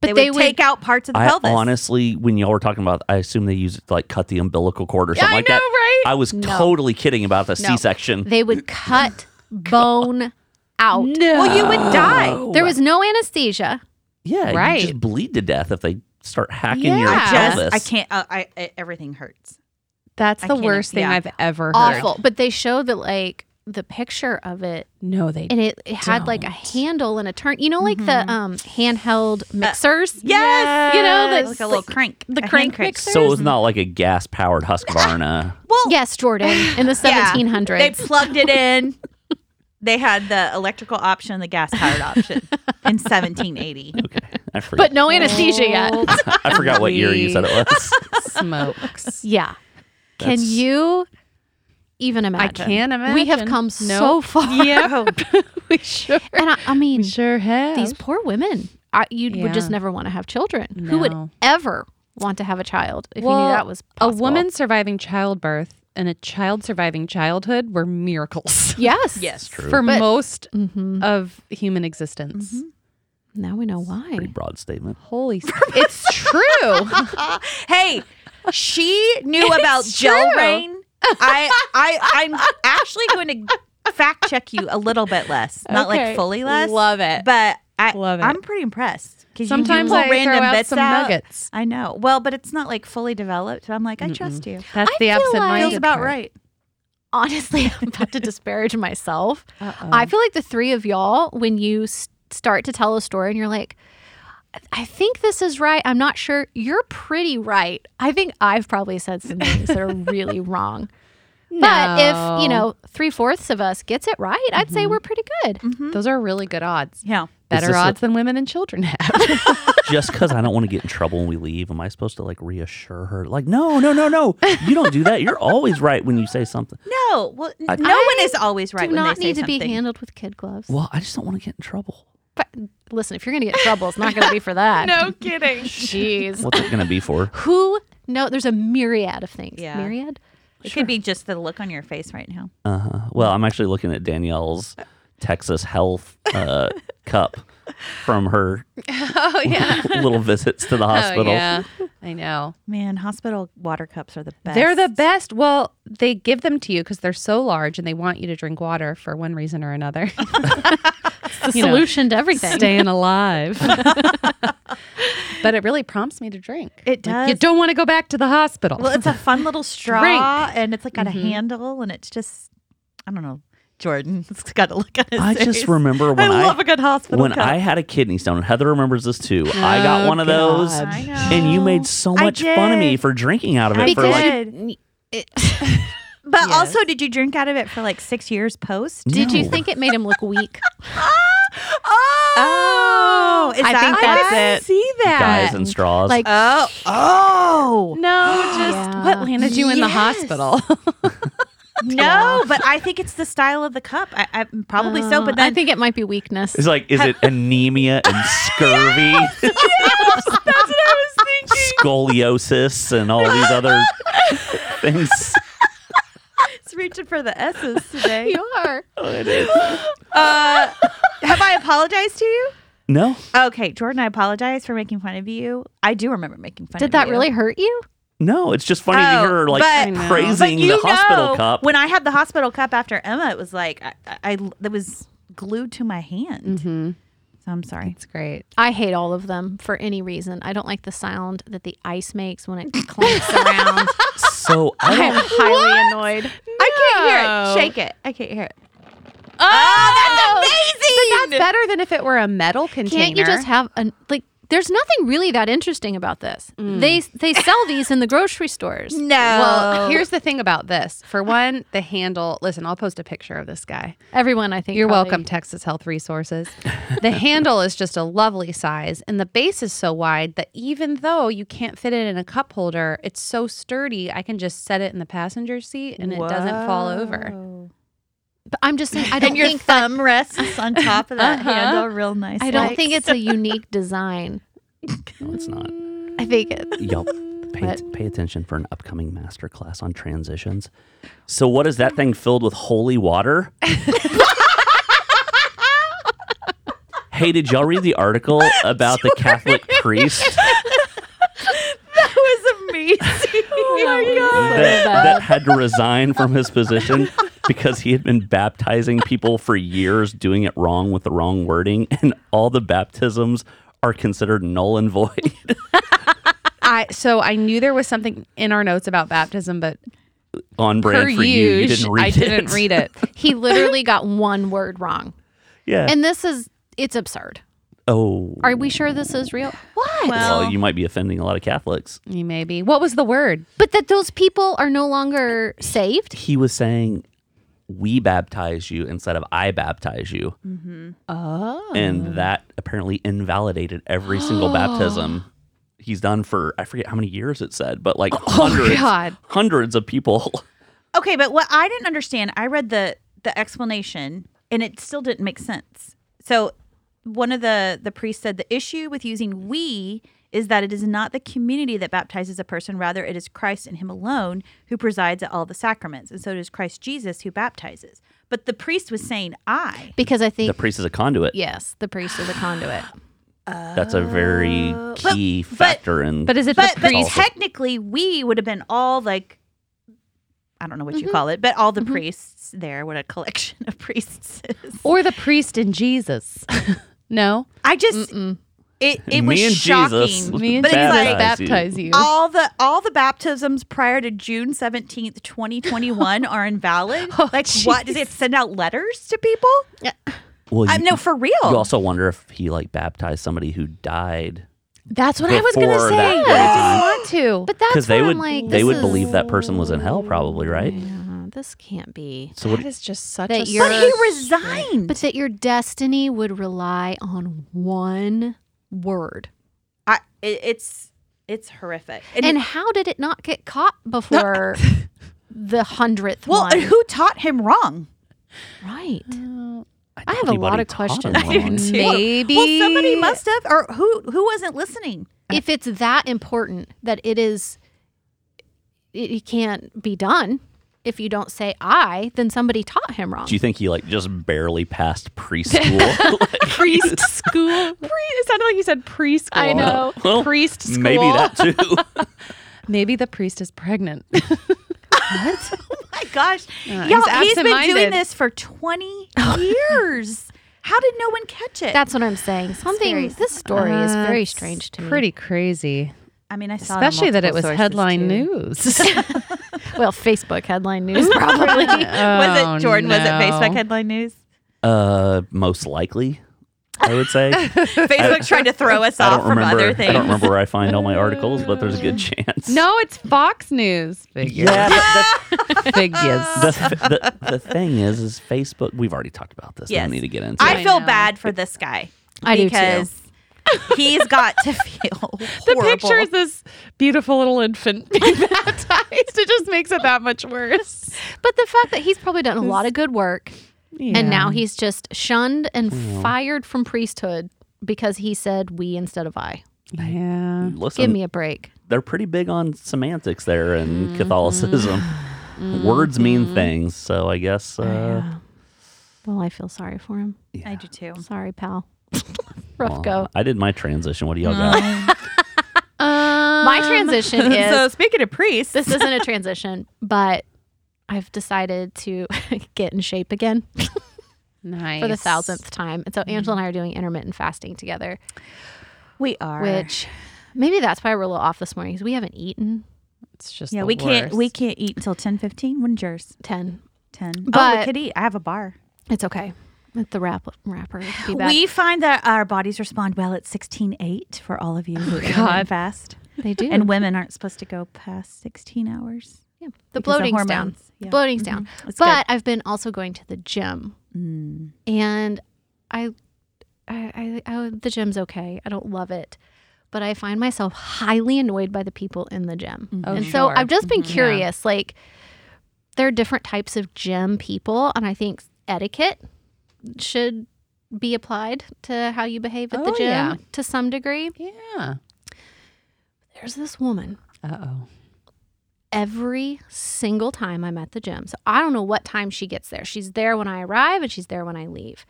[SPEAKER 4] But
[SPEAKER 3] they,
[SPEAKER 4] they
[SPEAKER 3] would
[SPEAKER 4] would-
[SPEAKER 3] take out parts of the
[SPEAKER 1] I
[SPEAKER 3] pelvis.
[SPEAKER 1] honestly, when y'all were talking about, I assume they use it to like cut the umbilical cord or something
[SPEAKER 2] I
[SPEAKER 1] like
[SPEAKER 2] know,
[SPEAKER 1] that.
[SPEAKER 2] right?
[SPEAKER 1] I was
[SPEAKER 4] No.
[SPEAKER 1] totally kidding about the
[SPEAKER 4] No.
[SPEAKER 1] C section.
[SPEAKER 4] They would cut bone out.
[SPEAKER 3] well, you would die.
[SPEAKER 4] There was no anesthesia.
[SPEAKER 1] Yeah,
[SPEAKER 2] Right.
[SPEAKER 1] you just bleed to death if they start hacking your
[SPEAKER 4] Yeah.
[SPEAKER 3] Just,
[SPEAKER 1] pelvis.
[SPEAKER 3] I can't. Uh, I, I everything hurts.
[SPEAKER 2] That's
[SPEAKER 3] I
[SPEAKER 2] the
[SPEAKER 3] can't-
[SPEAKER 2] worst thing
[SPEAKER 3] yeah.
[SPEAKER 2] I've ever heard.
[SPEAKER 4] Awful. But they showed the like the picture of it
[SPEAKER 2] No, they
[SPEAKER 4] and it, it had like a
[SPEAKER 2] Don't. Mm-hmm.
[SPEAKER 4] handle and a turn. You know, like the um handheld
[SPEAKER 2] Uh,
[SPEAKER 4] mixers.
[SPEAKER 3] Yes,
[SPEAKER 4] You know, the-
[SPEAKER 3] like a little crank,
[SPEAKER 4] the
[SPEAKER 3] a hand
[SPEAKER 4] crank mixer?
[SPEAKER 1] So it's not like a gas powered Husqvarna.
[SPEAKER 3] Well,
[SPEAKER 4] Yes, Jordan, in the
[SPEAKER 3] yeah.
[SPEAKER 4] 1700s.
[SPEAKER 3] They plugged it in. they had the electrical option, the gas powered option in 1780.
[SPEAKER 1] I forgot.
[SPEAKER 4] but no anesthesia yet.
[SPEAKER 1] I forgot what year you said it was.
[SPEAKER 2] smokes.
[SPEAKER 4] Yeah. Can
[SPEAKER 1] That's-
[SPEAKER 4] you even
[SPEAKER 2] I
[SPEAKER 4] imagine?
[SPEAKER 2] can't imagine.
[SPEAKER 4] We have come so
[SPEAKER 2] Nope.
[SPEAKER 4] far.
[SPEAKER 2] Yeah, we sure,
[SPEAKER 4] And I, I mean,
[SPEAKER 2] we sure have.
[SPEAKER 4] these poor women, I, you would just
[SPEAKER 2] Yeah.
[SPEAKER 4] never want to have children. Who would
[SPEAKER 2] No.
[SPEAKER 4] ever want to have a child if you
[SPEAKER 2] Well,
[SPEAKER 4] knew that was
[SPEAKER 2] a
[SPEAKER 4] possible?
[SPEAKER 2] woman surviving childbirth and a child surviving childhood were miracles
[SPEAKER 4] Yes.
[SPEAKER 3] Yes.
[SPEAKER 1] True.
[SPEAKER 2] for
[SPEAKER 4] But-
[SPEAKER 2] most
[SPEAKER 4] hmm
[SPEAKER 2] of human existence.
[SPEAKER 4] Now we know why.
[SPEAKER 1] Pretty broad statement.
[SPEAKER 2] Holy, s- it's true.
[SPEAKER 3] hey, she knew about
[SPEAKER 2] It's
[SPEAKER 3] gel
[SPEAKER 2] true.
[SPEAKER 3] rain. I, I, I'm actually going to fact check you a little bit less, not like
[SPEAKER 2] Okay.
[SPEAKER 3] fully less.
[SPEAKER 2] Love it.
[SPEAKER 3] but I
[SPEAKER 2] Love it.
[SPEAKER 3] I'm pretty impressed because
[SPEAKER 2] Sometimes
[SPEAKER 3] you pull
[SPEAKER 2] I
[SPEAKER 3] random
[SPEAKER 2] throw out
[SPEAKER 3] bits
[SPEAKER 2] some
[SPEAKER 3] out.
[SPEAKER 2] nuggets.
[SPEAKER 3] I know. Well, but it's not like fully developed. So I'm like, I trust you.
[SPEAKER 2] That's
[SPEAKER 4] I
[SPEAKER 2] the
[SPEAKER 4] feel
[SPEAKER 2] absent
[SPEAKER 4] like-
[SPEAKER 2] minded.
[SPEAKER 3] Feels about right.
[SPEAKER 4] honestly, I'm about to disparage myself.
[SPEAKER 3] Uh-uh.
[SPEAKER 2] Uh-oh.
[SPEAKER 4] I feel like the three of y'all, when you s- start to tell a story and you're like, "I- I think this is right. I'm not sure. You're pretty right. I think I've probably said some things that are really wrong. But if, you
[SPEAKER 2] No.
[SPEAKER 4] know, three fourths of us gets it right, I'd say
[SPEAKER 3] Mm-hmm.
[SPEAKER 4] we're pretty good.
[SPEAKER 2] Those are really good odds.
[SPEAKER 3] Yeah.
[SPEAKER 2] Better
[SPEAKER 1] this a-
[SPEAKER 2] odds than women and children have.
[SPEAKER 1] Just because I don't want to get in trouble when we leave, am I supposed to like reassure her? Like, no, no, no, no. You don't do that. You're always right when you say something.
[SPEAKER 3] No. Well, n- no
[SPEAKER 4] I
[SPEAKER 3] one is always right.
[SPEAKER 4] Do
[SPEAKER 3] when
[SPEAKER 4] not
[SPEAKER 3] they
[SPEAKER 4] need
[SPEAKER 3] say
[SPEAKER 4] to be
[SPEAKER 3] something.
[SPEAKER 4] handled with kid gloves.
[SPEAKER 1] Well, I just don't want to get in trouble.
[SPEAKER 4] But listen, if you're going to get in trouble, it's not going to be for that.
[SPEAKER 2] kidding.
[SPEAKER 4] Jeez.
[SPEAKER 1] What's it going to be for?
[SPEAKER 4] Who? No, there's a myriad of things.
[SPEAKER 3] Yeah.
[SPEAKER 4] Myriad?
[SPEAKER 3] It could be just the look on your face right now.
[SPEAKER 1] Uh huh. Well, I'm actually looking at Danielle's Texas Health uh, cup from her
[SPEAKER 2] Oh yeah.
[SPEAKER 1] little visits to the hospital.
[SPEAKER 2] Oh, yeah. I know.
[SPEAKER 3] Man, hospital water cups are the best.
[SPEAKER 2] They're the best. Well, they give them to you because they're so large and they want you to drink water for one reason or another.
[SPEAKER 4] It's the
[SPEAKER 2] You know,
[SPEAKER 4] solution to everything.
[SPEAKER 2] Staying alive. but it really prompts me to drink.
[SPEAKER 3] It
[SPEAKER 2] Like, you
[SPEAKER 3] does.
[SPEAKER 2] don't want to go back to the hospital.
[SPEAKER 3] Well, it's a fun little straw,
[SPEAKER 2] Drink.
[SPEAKER 3] and it's like got a handle, and it's just, I don't know, Jordan. It's got a look on his
[SPEAKER 1] I
[SPEAKER 3] face.
[SPEAKER 1] just remember
[SPEAKER 3] I
[SPEAKER 1] when I,
[SPEAKER 3] love a good hospital
[SPEAKER 1] when
[SPEAKER 3] cup.
[SPEAKER 1] I had a kidney stone, and Heather remembers this too. I got
[SPEAKER 2] Oh,
[SPEAKER 1] one of those,
[SPEAKER 2] God.
[SPEAKER 3] I know.
[SPEAKER 1] and you made so
[SPEAKER 3] I
[SPEAKER 1] much fun of me
[SPEAKER 3] did.
[SPEAKER 1] for drinking out of it
[SPEAKER 3] I
[SPEAKER 1] for
[SPEAKER 4] Because
[SPEAKER 1] like.
[SPEAKER 4] you- it-
[SPEAKER 3] But also, did you drink out of it for like six years post?
[SPEAKER 4] did you
[SPEAKER 1] No.
[SPEAKER 4] think it made him look weak?
[SPEAKER 3] Oh, is
[SPEAKER 4] I
[SPEAKER 3] that
[SPEAKER 4] think
[SPEAKER 3] what
[SPEAKER 4] that's
[SPEAKER 3] it-
[SPEAKER 2] didn't see that.
[SPEAKER 1] Guys and straws.
[SPEAKER 4] Like,
[SPEAKER 3] Oh, oh,
[SPEAKER 2] no, just
[SPEAKER 4] Yeah.
[SPEAKER 2] what landed you in the hospital.
[SPEAKER 3] no! But I think it's the style of the cup. I, I probably so,
[SPEAKER 4] Uh,
[SPEAKER 3] but
[SPEAKER 4] I
[SPEAKER 3] then
[SPEAKER 4] think it might be weakness.
[SPEAKER 1] it's like, is it anemia and scurvy,
[SPEAKER 3] that's what I was thinking.
[SPEAKER 1] scoliosis, and all these other things?
[SPEAKER 3] It's reaching for the S's today.
[SPEAKER 4] you are.
[SPEAKER 3] Uh, have I apologized to you?
[SPEAKER 1] No,
[SPEAKER 3] Okay, Jordan, I apologize for making fun of you. I do remember making fun. of
[SPEAKER 4] Did that
[SPEAKER 3] you.
[SPEAKER 4] really hurt you?
[SPEAKER 1] no, it's just funny to
[SPEAKER 3] Oh,
[SPEAKER 1] hear her like
[SPEAKER 3] but- I
[SPEAKER 2] know.
[SPEAKER 1] praising
[SPEAKER 3] But you
[SPEAKER 1] the hospital
[SPEAKER 3] know,
[SPEAKER 1] cup.
[SPEAKER 3] When I had the hospital cup after Emma, it was like I, I, I it was glued to my hand. So I'm sorry.
[SPEAKER 2] It's great.
[SPEAKER 4] I hate all of them for any reason. I don't like the sound that the ice makes when it clanks around.
[SPEAKER 1] so I
[SPEAKER 4] I'm
[SPEAKER 1] don't.
[SPEAKER 4] highly annoyed.
[SPEAKER 3] I
[SPEAKER 2] No.
[SPEAKER 3] can't hear it. Shake it. I can't hear it.
[SPEAKER 2] Oh,
[SPEAKER 3] Amazing. Oh,
[SPEAKER 2] that's better than if it were a metal container.
[SPEAKER 4] Can't you just have a like? There's nothing really that interesting about this. They they sell these in the grocery stores.
[SPEAKER 3] No.
[SPEAKER 2] Well, here's the thing about this. For one, the handle. Listen, I'll post a picture of this guy.
[SPEAKER 4] Everyone, I think
[SPEAKER 2] You're
[SPEAKER 4] probably-
[SPEAKER 2] welcome, Texas Health Resources. The handle is just a lovely size, and the base is so wide that even though you can't fit it in a cup holder, it's so sturdy. I can just set it in the passenger seat, and it doesn't fall over.
[SPEAKER 4] But I'm just saying I don't
[SPEAKER 3] And your
[SPEAKER 4] think that-
[SPEAKER 3] thumb rests on top of that
[SPEAKER 4] Uh-huh.
[SPEAKER 3] handle real nice.
[SPEAKER 4] I don't
[SPEAKER 3] like.
[SPEAKER 4] think it's a unique design.
[SPEAKER 1] No, it's not.
[SPEAKER 4] I think it.
[SPEAKER 1] Y'all pay,
[SPEAKER 4] But-
[SPEAKER 1] pay attention for an upcoming master class on transitions. So, what is that thing filled with holy water? hey, did y'all read the article about the Catholic priest
[SPEAKER 3] that was amazing.
[SPEAKER 4] Oh
[SPEAKER 1] that, that had to resign from his position because he had been baptizing people for years, doing it wrong with the wrong wording, and all the baptisms are considered null and void?
[SPEAKER 2] I so I knew there was something in our notes about baptism, but
[SPEAKER 1] on
[SPEAKER 2] per
[SPEAKER 1] brand for you. You
[SPEAKER 2] use,
[SPEAKER 1] didn't read
[SPEAKER 2] I
[SPEAKER 1] it.
[SPEAKER 2] didn't read it.
[SPEAKER 4] He literally got one word wrong.
[SPEAKER 1] Yeah.
[SPEAKER 4] And this is it's absurd.
[SPEAKER 1] oh.
[SPEAKER 4] Are we sure this is real? What?
[SPEAKER 1] well, you might be offending a lot of Catholics.
[SPEAKER 2] You maybe. What was the word?
[SPEAKER 4] but that those people are no longer saved?
[SPEAKER 1] He was saying, "We baptize you" instead of "I baptize you,"
[SPEAKER 2] Oh,
[SPEAKER 1] and that apparently invalidated every single baptism he's done for. I forget how many years it said, but like hundreds,
[SPEAKER 2] God.
[SPEAKER 1] hundreds of people.
[SPEAKER 3] Okay, but what I didn't understand, I read the the explanation and it still didn't make sense. So one of the the priests said the issue with using we is that it is not the community that baptizes a person, rather it is Christ and him alone who presides at all the sacraments, and so it is Christ Jesus who baptizes. But the priest was saying I.
[SPEAKER 4] Because I
[SPEAKER 1] The
[SPEAKER 4] think
[SPEAKER 1] priest is a conduit.
[SPEAKER 4] yes, the priest is a conduit.
[SPEAKER 1] That's a very key factor in.
[SPEAKER 2] but is it
[SPEAKER 3] But
[SPEAKER 2] the
[SPEAKER 3] but
[SPEAKER 2] priest?
[SPEAKER 3] technically we would have been all like I don't know what you call it, but all the priests there, what a collection of priests is.
[SPEAKER 2] or the priest in Jesus. no,
[SPEAKER 3] I just it it was
[SPEAKER 1] me and
[SPEAKER 3] shocking.
[SPEAKER 1] Jesus,
[SPEAKER 2] me and
[SPEAKER 3] but
[SPEAKER 2] Jesus
[SPEAKER 3] it's like
[SPEAKER 2] baptize you.
[SPEAKER 3] all the all the baptisms prior to June seventeenth, twenty twenty one, are invalid. like what? Does it send out letters to people?
[SPEAKER 1] Well,
[SPEAKER 3] I
[SPEAKER 1] you-
[SPEAKER 3] no, for real.
[SPEAKER 1] You also wonder if he like baptized somebody who died
[SPEAKER 2] That's what I was
[SPEAKER 1] before
[SPEAKER 2] gonna say.
[SPEAKER 1] that period
[SPEAKER 2] I
[SPEAKER 1] of time.
[SPEAKER 2] didn't want to.
[SPEAKER 4] But that's
[SPEAKER 1] because
[SPEAKER 4] why
[SPEAKER 1] they
[SPEAKER 4] I'm
[SPEAKER 1] would
[SPEAKER 4] like,
[SPEAKER 1] they
[SPEAKER 4] this
[SPEAKER 1] would
[SPEAKER 4] is-
[SPEAKER 1] believe that person was in hell probably right
[SPEAKER 4] Yeah, Uh-huh, this can't be.
[SPEAKER 1] so what
[SPEAKER 2] that is just such
[SPEAKER 4] That
[SPEAKER 2] a
[SPEAKER 4] you're-
[SPEAKER 3] but
[SPEAKER 2] s-
[SPEAKER 3] he resigned.
[SPEAKER 4] But that your destiny would rely on one word.
[SPEAKER 3] I, it, it's it's horrific. And,
[SPEAKER 4] And how did it not get caught before the hundredth
[SPEAKER 3] well,
[SPEAKER 4] one? Uh,
[SPEAKER 3] and who taught him wrong?
[SPEAKER 4] right.
[SPEAKER 1] I,
[SPEAKER 4] have
[SPEAKER 1] doubt
[SPEAKER 4] a
[SPEAKER 1] anybody
[SPEAKER 4] lot of
[SPEAKER 1] taught him
[SPEAKER 4] questions.
[SPEAKER 1] wrong.
[SPEAKER 3] Well,
[SPEAKER 2] Maybe.
[SPEAKER 3] Well, somebody must have, or who who wasn't listening?
[SPEAKER 4] If it's that important that it is, it, it can't be done. If you don't say I, then somebody taught him wrong.
[SPEAKER 1] do you think he like just barely passed preschool Like,
[SPEAKER 2] priest school. Pre- it sounded like you said preschool.
[SPEAKER 4] I know.
[SPEAKER 1] well,
[SPEAKER 2] priest school.
[SPEAKER 1] maybe that too
[SPEAKER 2] Maybe the priest is pregnant.
[SPEAKER 3] my gosh.
[SPEAKER 2] Uh,
[SPEAKER 3] Y'all,
[SPEAKER 2] he's
[SPEAKER 3] he's been doing
[SPEAKER 2] absent-minded.
[SPEAKER 3] this for 20 years. How did no one catch it?
[SPEAKER 4] That's what I'm saying. Something.
[SPEAKER 3] very-
[SPEAKER 4] This story is very
[SPEAKER 2] That's
[SPEAKER 4] strange to me.
[SPEAKER 2] Pretty crazy,
[SPEAKER 3] I mean, I saw on
[SPEAKER 2] especially that it
[SPEAKER 3] multiple
[SPEAKER 2] was
[SPEAKER 3] sources,
[SPEAKER 2] headline
[SPEAKER 3] too.
[SPEAKER 2] news.
[SPEAKER 4] well, Facebook headline news probably.
[SPEAKER 2] Oh,
[SPEAKER 3] was it Jordan? Was it Facebook
[SPEAKER 2] no.
[SPEAKER 3] headline news?
[SPEAKER 1] uh most likely i would say
[SPEAKER 3] Facebook tried to throw us
[SPEAKER 1] i
[SPEAKER 3] off
[SPEAKER 1] don't
[SPEAKER 3] from
[SPEAKER 1] remember
[SPEAKER 3] other
[SPEAKER 1] i
[SPEAKER 3] things.
[SPEAKER 1] don't remember where i find all my articles but there's a good chance
[SPEAKER 2] No, it's Fox News. Figures.
[SPEAKER 1] yeah but
[SPEAKER 2] Figures.
[SPEAKER 1] that's, the, the, the thing is is facebook we've already talked about this i
[SPEAKER 3] Yes.
[SPEAKER 1] don't need to get into
[SPEAKER 3] I
[SPEAKER 1] it
[SPEAKER 3] feel
[SPEAKER 2] know.
[SPEAKER 3] bad for this guy.
[SPEAKER 4] I do too.
[SPEAKER 3] because he's got to feel
[SPEAKER 2] the
[SPEAKER 3] horrible.
[SPEAKER 2] picture is this beautiful little infant being baptized. It just makes it that much worse.
[SPEAKER 4] But the fact that he's probably done a lot of good work and now he's just shunned and fired from priesthood because he said we instead of I.
[SPEAKER 2] yeah.
[SPEAKER 1] listen
[SPEAKER 4] Give me a Mm-hmm. break.
[SPEAKER 1] they're pretty big on semantics there in Catholicism.
[SPEAKER 4] Mm-hmm.
[SPEAKER 1] Words mean things, so I guess uh,
[SPEAKER 4] Yeah. Well, I feel sorry for him.
[SPEAKER 3] I do too.
[SPEAKER 4] Sorry, pal. Rough
[SPEAKER 1] well,
[SPEAKER 4] go. Mm-hmm.
[SPEAKER 1] I did my transition. What do y'all got?
[SPEAKER 2] Um,
[SPEAKER 4] My transition is
[SPEAKER 3] so speaking of priests,
[SPEAKER 4] this isn't a transition, but I've decided to get in shape again
[SPEAKER 2] Nice.
[SPEAKER 4] for the thousandth time. And so Angela and I are doing intermittent fasting together,
[SPEAKER 3] we are.
[SPEAKER 4] which maybe that's why we're a little off this morning because we haven't eaten
[SPEAKER 2] It's just
[SPEAKER 3] yeah,
[SPEAKER 2] the
[SPEAKER 3] we can't
[SPEAKER 2] worst.
[SPEAKER 3] we can't eat until ten fifteen. When's yours?
[SPEAKER 4] 10.
[SPEAKER 3] Ten. oh,
[SPEAKER 4] But-
[SPEAKER 3] we could eat. I have a bar.
[SPEAKER 4] It's okay. With the rap rapper. would Be bad.
[SPEAKER 3] We find that our bodies respond well at 16.8 for all of you who are
[SPEAKER 2] God.
[SPEAKER 3] fast.
[SPEAKER 4] they do.
[SPEAKER 3] And women aren't supposed to go past 16 hours.
[SPEAKER 4] yeah. The
[SPEAKER 3] because of
[SPEAKER 4] bloating's down.
[SPEAKER 3] hormones.
[SPEAKER 4] The
[SPEAKER 3] Yeah. Mm-hmm.
[SPEAKER 4] bloating's down.
[SPEAKER 3] It's
[SPEAKER 4] But I've been also going to the gym,
[SPEAKER 3] good. Mm.
[SPEAKER 4] and I, I, I, I, the gym's okay. I don't love it, but I find myself highly annoyed by the people in the gym.
[SPEAKER 2] Oh,
[SPEAKER 4] and so
[SPEAKER 2] sure.
[SPEAKER 4] I've just been
[SPEAKER 2] Mhm. Yeah.
[SPEAKER 4] curious. Like, there are different types of gym people, and I think etiquette should be applied to how you behave at the
[SPEAKER 2] Oh,
[SPEAKER 4] gym
[SPEAKER 2] yeah.
[SPEAKER 4] to some degree.
[SPEAKER 2] Yeah.
[SPEAKER 4] There's this woman
[SPEAKER 2] Uh oh.
[SPEAKER 4] every single time I'm at the gym. So I don't know what time she gets there. She's there when I arrive and she's there when I leave.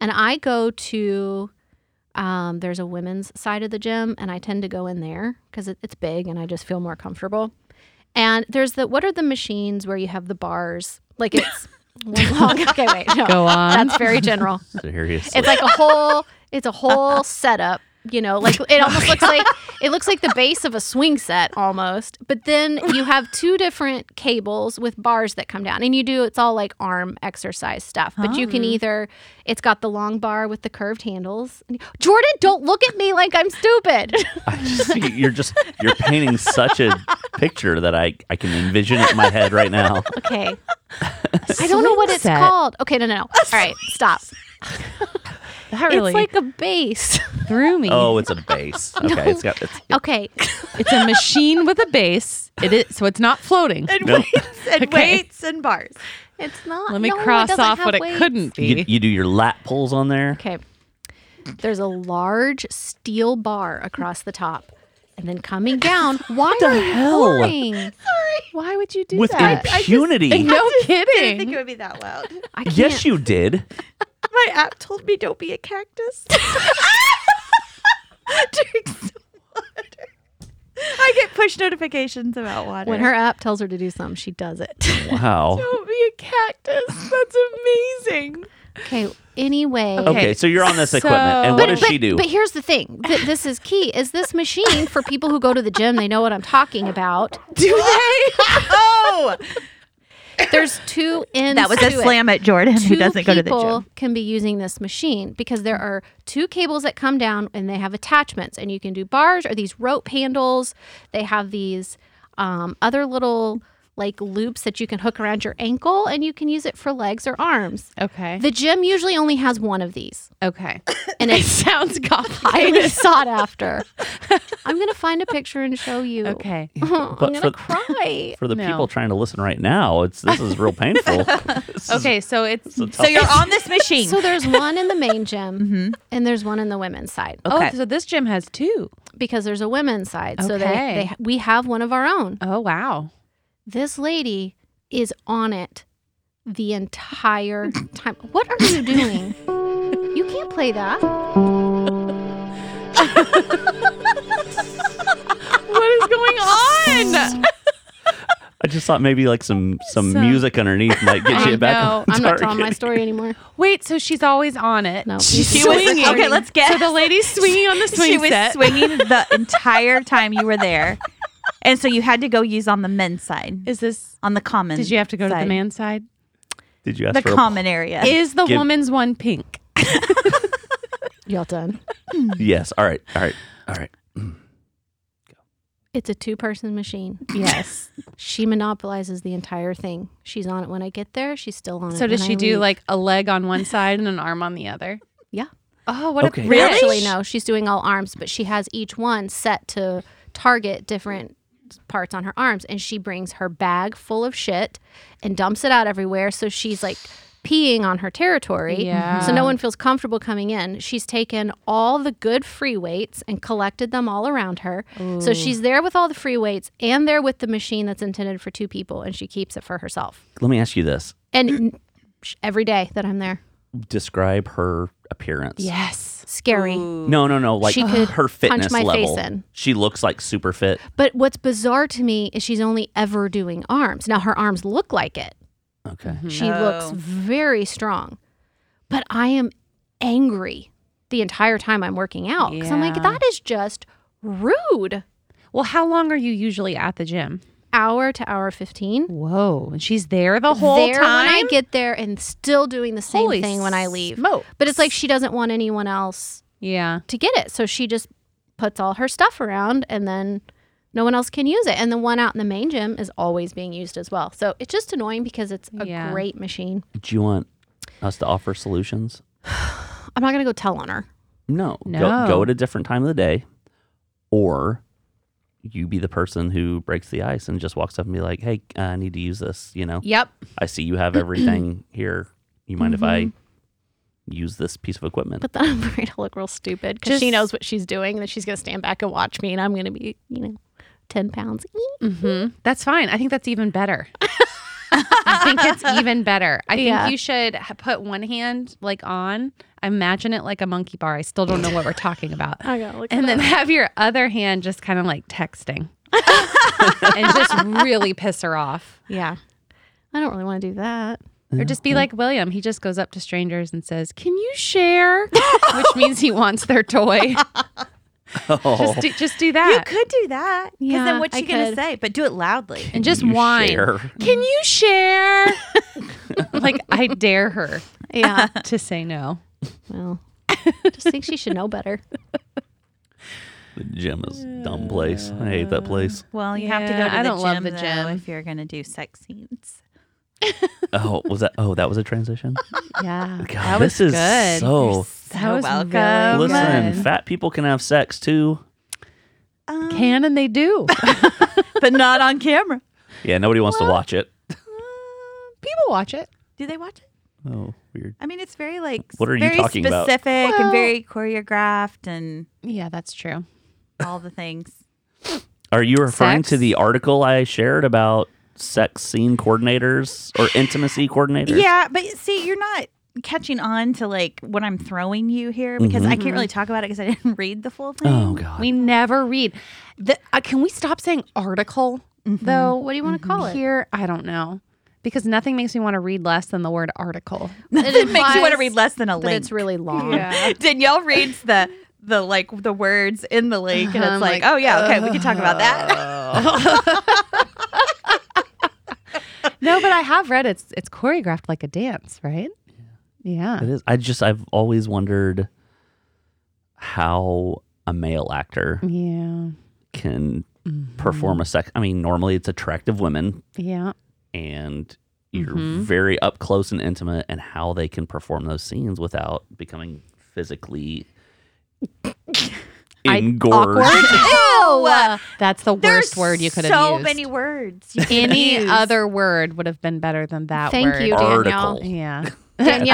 [SPEAKER 4] And I go to, um, there's a women's side of the gym, and I tend to go in there because it, it's big and I just feel more comfortable. And there's the, what are the machines where you have the bars? Like it's one long, okay, wait, no.
[SPEAKER 2] Go on.
[SPEAKER 4] That's very general.
[SPEAKER 1] Seriously.
[SPEAKER 4] It's like a whole. It's a whole setup. You know, like it almost looks like it looks like the base of a swing set almost. But then you have two different cables with bars that come down, and you do it's all like arm exercise stuff. But you
[SPEAKER 2] Oh.
[SPEAKER 4] can either it's got the long bar with the curved handles. Jordan, don't look at me like I'm stupid.
[SPEAKER 1] I just, you're just you're painting such a picture that I I can envision it in my head right now.
[SPEAKER 4] Okay, I don't know what it's called. Okay, no, no, no. All right, stop.
[SPEAKER 2] That really
[SPEAKER 4] It's like a base.
[SPEAKER 2] threw me.
[SPEAKER 1] Oh, it's a base. Okay, it's got it's,
[SPEAKER 4] Okay,
[SPEAKER 2] It's a machine with a base. It is so it's not floating.
[SPEAKER 3] And
[SPEAKER 1] No.
[SPEAKER 3] weights and
[SPEAKER 2] Okay.
[SPEAKER 3] weights and bars.
[SPEAKER 4] it's not.
[SPEAKER 2] Let me
[SPEAKER 4] no, it
[SPEAKER 2] cross
[SPEAKER 4] doesn't
[SPEAKER 2] off
[SPEAKER 4] have
[SPEAKER 2] what it
[SPEAKER 4] weights.
[SPEAKER 2] couldn't be.
[SPEAKER 1] you, you do your lat pulls on there.
[SPEAKER 4] Okay. There's a large steel bar across the top. And then coming down, why are you
[SPEAKER 1] hell?
[SPEAKER 4] pouring? Why would you do
[SPEAKER 1] With E.
[SPEAKER 4] that?
[SPEAKER 1] impunity.
[SPEAKER 2] no
[SPEAKER 3] Didn't think
[SPEAKER 2] kidding.
[SPEAKER 3] it would be that loud.
[SPEAKER 4] I
[SPEAKER 1] yes,
[SPEAKER 4] can't-
[SPEAKER 1] you did.
[SPEAKER 3] My app told me don't be a cactus. Drink some water. I get push notifications about water.
[SPEAKER 4] When her app tells her to do something, she does it.
[SPEAKER 1] Wow.
[SPEAKER 3] don't be a cactus. That's amazing.
[SPEAKER 4] okay. Anyway.
[SPEAKER 1] Okay, so you're on this equipment, and
[SPEAKER 2] So-
[SPEAKER 1] what does
[SPEAKER 4] but,
[SPEAKER 1] she do?
[SPEAKER 4] But here's the thing. Th- this is key. Is this machine for people who go to the gym? They know what I'm talking about.
[SPEAKER 3] Do they? oh,
[SPEAKER 4] There's two ends.
[SPEAKER 3] that was a
[SPEAKER 4] to it.
[SPEAKER 3] slam at Jordan
[SPEAKER 4] two
[SPEAKER 3] who doesn't go to the
[SPEAKER 4] people
[SPEAKER 3] gym.
[SPEAKER 4] can be using this machine because there are two cables that come down and they have attachments and you can do bars or these rope handles they have these um, other little like loops that you can hook around your ankle and you can use it for legs or arms
[SPEAKER 2] Okay.
[SPEAKER 4] the gym usually only has one of these
[SPEAKER 2] Okay.
[SPEAKER 4] and
[SPEAKER 2] It
[SPEAKER 4] it's
[SPEAKER 2] sounds complicated.
[SPEAKER 4] highly sought after i'm gonna find a picture and show you
[SPEAKER 2] Okay.
[SPEAKER 4] i'm
[SPEAKER 1] But
[SPEAKER 4] gonna
[SPEAKER 1] for-
[SPEAKER 4] cry
[SPEAKER 1] For the
[SPEAKER 2] No.
[SPEAKER 1] people trying to listen right now, it's this is real painful. This is-
[SPEAKER 2] Okay, so it's
[SPEAKER 1] a tough-
[SPEAKER 3] So you're on this machine.
[SPEAKER 4] so there's one in the main gym
[SPEAKER 3] Mm-hmm.
[SPEAKER 4] and there's one in the women's side
[SPEAKER 2] Oh,
[SPEAKER 3] Okay.
[SPEAKER 2] so this gym has two.
[SPEAKER 4] because there's a women's side. So they,
[SPEAKER 2] Okay.
[SPEAKER 4] they we have one of our own.
[SPEAKER 2] Oh wow.
[SPEAKER 4] This lady is on it the entire time. What are you doing? you can't play that.
[SPEAKER 2] What is going on?
[SPEAKER 1] I just thought maybe like some some
[SPEAKER 2] So-
[SPEAKER 1] music underneath might get you
[SPEAKER 2] I
[SPEAKER 1] back.
[SPEAKER 2] know.
[SPEAKER 1] on
[SPEAKER 4] I'm not telling my
[SPEAKER 1] target.
[SPEAKER 4] story anymore.
[SPEAKER 2] Wait, so she's always on it.
[SPEAKER 4] No.
[SPEAKER 2] She's
[SPEAKER 4] She
[SPEAKER 3] was-
[SPEAKER 2] swinging.
[SPEAKER 3] okay, let's guess.
[SPEAKER 2] So the lady's swinging on the swing
[SPEAKER 3] she was
[SPEAKER 2] set.
[SPEAKER 3] swinging the entire time you were there, and so you had to go use on the men's side,
[SPEAKER 2] is this?
[SPEAKER 3] on the common.
[SPEAKER 2] Did you have to go to the
[SPEAKER 3] side.
[SPEAKER 2] man's side?
[SPEAKER 1] Did you ask
[SPEAKER 3] The
[SPEAKER 1] for a-
[SPEAKER 3] common area.
[SPEAKER 2] Is the
[SPEAKER 1] Give-
[SPEAKER 2] woman's one pink?
[SPEAKER 4] Y'all done.
[SPEAKER 1] Yes. All right. All right. All right.
[SPEAKER 4] It's a two person machine.
[SPEAKER 2] Yes.
[SPEAKER 4] She monopolizes the entire thing. She's on it when I get there. She's still on it.
[SPEAKER 2] so does
[SPEAKER 4] when
[SPEAKER 2] she
[SPEAKER 4] I
[SPEAKER 2] do
[SPEAKER 4] leave.
[SPEAKER 2] like a leg on one side and an arm on the other?
[SPEAKER 4] Yeah.
[SPEAKER 2] Oh, what
[SPEAKER 1] Okay.
[SPEAKER 2] a
[SPEAKER 3] Really?
[SPEAKER 4] Actually, no. She's doing all arms, but she has each one set to target different parts on her arms. And she brings her bag full of shit and dumps it out everywhere. So she's like peeing on her territory.
[SPEAKER 2] Yeah.
[SPEAKER 4] So no one feels comfortable coming in. She's taken all the good free weights and collected them all around her. So she's there with all the free weights and there with the machine that's intended for two people. And she keeps it for herself.
[SPEAKER 1] Let me ask you this.
[SPEAKER 4] And n- sh- every day that I'm there,
[SPEAKER 1] Describe her appearance.
[SPEAKER 2] Yes.
[SPEAKER 4] scary.
[SPEAKER 1] No, no, no. Like
[SPEAKER 4] She could
[SPEAKER 1] her fitness
[SPEAKER 4] my face
[SPEAKER 1] level.
[SPEAKER 4] in.
[SPEAKER 1] She looks like super fit.
[SPEAKER 4] But what's bizarre to me is she's only ever doing arms. Now her arms look like it.
[SPEAKER 1] Okay.
[SPEAKER 4] She looks
[SPEAKER 3] Oh.
[SPEAKER 4] very strong. But I am angry the entire time I'm working out. Because I'm like,
[SPEAKER 2] Yeah.
[SPEAKER 4] that is just rude.
[SPEAKER 2] Well, how long are you usually at the gym?
[SPEAKER 4] hour to hour 15.
[SPEAKER 2] Whoa. And she's there the whole
[SPEAKER 4] there
[SPEAKER 2] time.
[SPEAKER 4] when I get there and still doing the same
[SPEAKER 2] Holy
[SPEAKER 4] thing when I leave.
[SPEAKER 2] smokes.
[SPEAKER 4] But it's like she doesn't want anyone else
[SPEAKER 2] yeah.
[SPEAKER 4] to get it. So she just puts all her stuff around and then no one else can use it. And the one out in the main gym is always being used as well. So it's just annoying because it's a
[SPEAKER 2] Yeah.
[SPEAKER 4] great machine.
[SPEAKER 1] Do you want us to offer solutions?
[SPEAKER 4] I'm not going to go tell on her.
[SPEAKER 1] No.
[SPEAKER 2] No.
[SPEAKER 1] Go, go at a different time of the day, or you be the person who breaks the ice and just walks up and be like, "Hey, uh, I need to use this. You know,
[SPEAKER 2] Yep.
[SPEAKER 1] I see you have everything here. You mind if I use this piece of equipment?"
[SPEAKER 4] But then I'm afraid I'll look real stupid because she
[SPEAKER 2] Just-
[SPEAKER 4] knows what she's doing. That she's going to stand back and watch me, and I'm going to be, you know, ten pounds.
[SPEAKER 2] Mm-hmm. That's fine. I think that's even better. I think it's even better. I think
[SPEAKER 4] Yeah.
[SPEAKER 2] you should h- put one hand like on. Imagine it like a monkey bar. I still don't know what we're talking about.
[SPEAKER 4] I gotta look.
[SPEAKER 2] And then have your other hand just kind of like texting and just really piss her off.
[SPEAKER 4] yeah, I don't really want to do that.
[SPEAKER 2] Or just be like William. He just goes up to strangers and says, Can you share? Which means he wants their toy.
[SPEAKER 1] Oh.
[SPEAKER 2] Just do, just do
[SPEAKER 3] You
[SPEAKER 2] that.
[SPEAKER 3] could do that. Because
[SPEAKER 4] Yeah,
[SPEAKER 3] then what's
[SPEAKER 4] I
[SPEAKER 3] she going to
[SPEAKER 4] could.
[SPEAKER 3] say? But do it loudly.
[SPEAKER 2] and just
[SPEAKER 1] You
[SPEAKER 2] whine.
[SPEAKER 1] share.
[SPEAKER 2] Can you share? like, I dare her
[SPEAKER 4] Yeah.
[SPEAKER 2] to say no.
[SPEAKER 4] well, I just think she should know better.
[SPEAKER 1] The gym is a dumb place. I hate that place.
[SPEAKER 3] Well, you have to go
[SPEAKER 2] Yeah,
[SPEAKER 3] to the
[SPEAKER 2] I don't
[SPEAKER 3] gym,
[SPEAKER 2] love the
[SPEAKER 3] though,
[SPEAKER 2] gym.
[SPEAKER 3] if you're going to do sex scenes.
[SPEAKER 1] Oh, was that? Oh, that was a transition.
[SPEAKER 2] Yeah.
[SPEAKER 1] God, this is
[SPEAKER 2] good.
[SPEAKER 1] so.
[SPEAKER 3] So
[SPEAKER 2] was
[SPEAKER 3] welcome.
[SPEAKER 2] really good.
[SPEAKER 1] Oh, Listen,
[SPEAKER 2] good.
[SPEAKER 1] fat people can have sex too.
[SPEAKER 3] Um,
[SPEAKER 2] Can and they do.
[SPEAKER 3] but not on camera.
[SPEAKER 1] Yeah, nobody wants to watch it.
[SPEAKER 2] People watch it.
[SPEAKER 3] Do they watch it?
[SPEAKER 1] Oh, weird.
[SPEAKER 3] I mean, it's very like
[SPEAKER 1] What are you
[SPEAKER 3] very
[SPEAKER 1] talking about?
[SPEAKER 3] specific
[SPEAKER 2] Well-
[SPEAKER 3] and very choreographed and
[SPEAKER 2] Yeah, that's true.
[SPEAKER 3] all the things.
[SPEAKER 1] Are you referring to
[SPEAKER 2] Sex?
[SPEAKER 1] the article I shared about sex scene coordinators or intimacy coordinators?
[SPEAKER 3] Yeah, but see, you're not catching on to like what I'm throwing you here because I can't really talk about it because I didn't read the full thing.
[SPEAKER 1] Mm-hmm. Oh God.
[SPEAKER 2] We never read. The, uh, can we stop saying article though? What do you want to call it? Mm-hmm. Here, I don't know. Because nothing makes me want to read less than the word article.
[SPEAKER 4] It,
[SPEAKER 3] it makes you
[SPEAKER 4] implies
[SPEAKER 3] want to read less than a
[SPEAKER 4] that
[SPEAKER 3] link.
[SPEAKER 4] it's really long.
[SPEAKER 3] Danielle reads the the like the words in the link, and
[SPEAKER 2] I'm
[SPEAKER 3] it's like,
[SPEAKER 2] like,
[SPEAKER 3] oh yeah, okay, we can talk about that.
[SPEAKER 2] No, but I have read it's it's choreographed like a dance, right? Yeah.
[SPEAKER 1] It is. I just I've always wondered how a male actor
[SPEAKER 2] Yeah.
[SPEAKER 1] can
[SPEAKER 2] Mm-hmm.
[SPEAKER 1] perform a sex. I mean, normally it's attractive women
[SPEAKER 2] Yeah.
[SPEAKER 1] and you're very up close and intimate, and how they can perform those scenes without becoming physically engorged.
[SPEAKER 2] Oh, uh,
[SPEAKER 3] Ew!
[SPEAKER 2] That's the
[SPEAKER 3] There's
[SPEAKER 2] worst word you could have
[SPEAKER 3] so
[SPEAKER 2] used.
[SPEAKER 3] many words. you could
[SPEAKER 2] Any
[SPEAKER 3] use.
[SPEAKER 2] other word would have been better than that
[SPEAKER 4] Thank
[SPEAKER 2] word.
[SPEAKER 4] you,
[SPEAKER 1] Article.
[SPEAKER 4] Danielle.
[SPEAKER 2] Yeah.
[SPEAKER 4] Danielle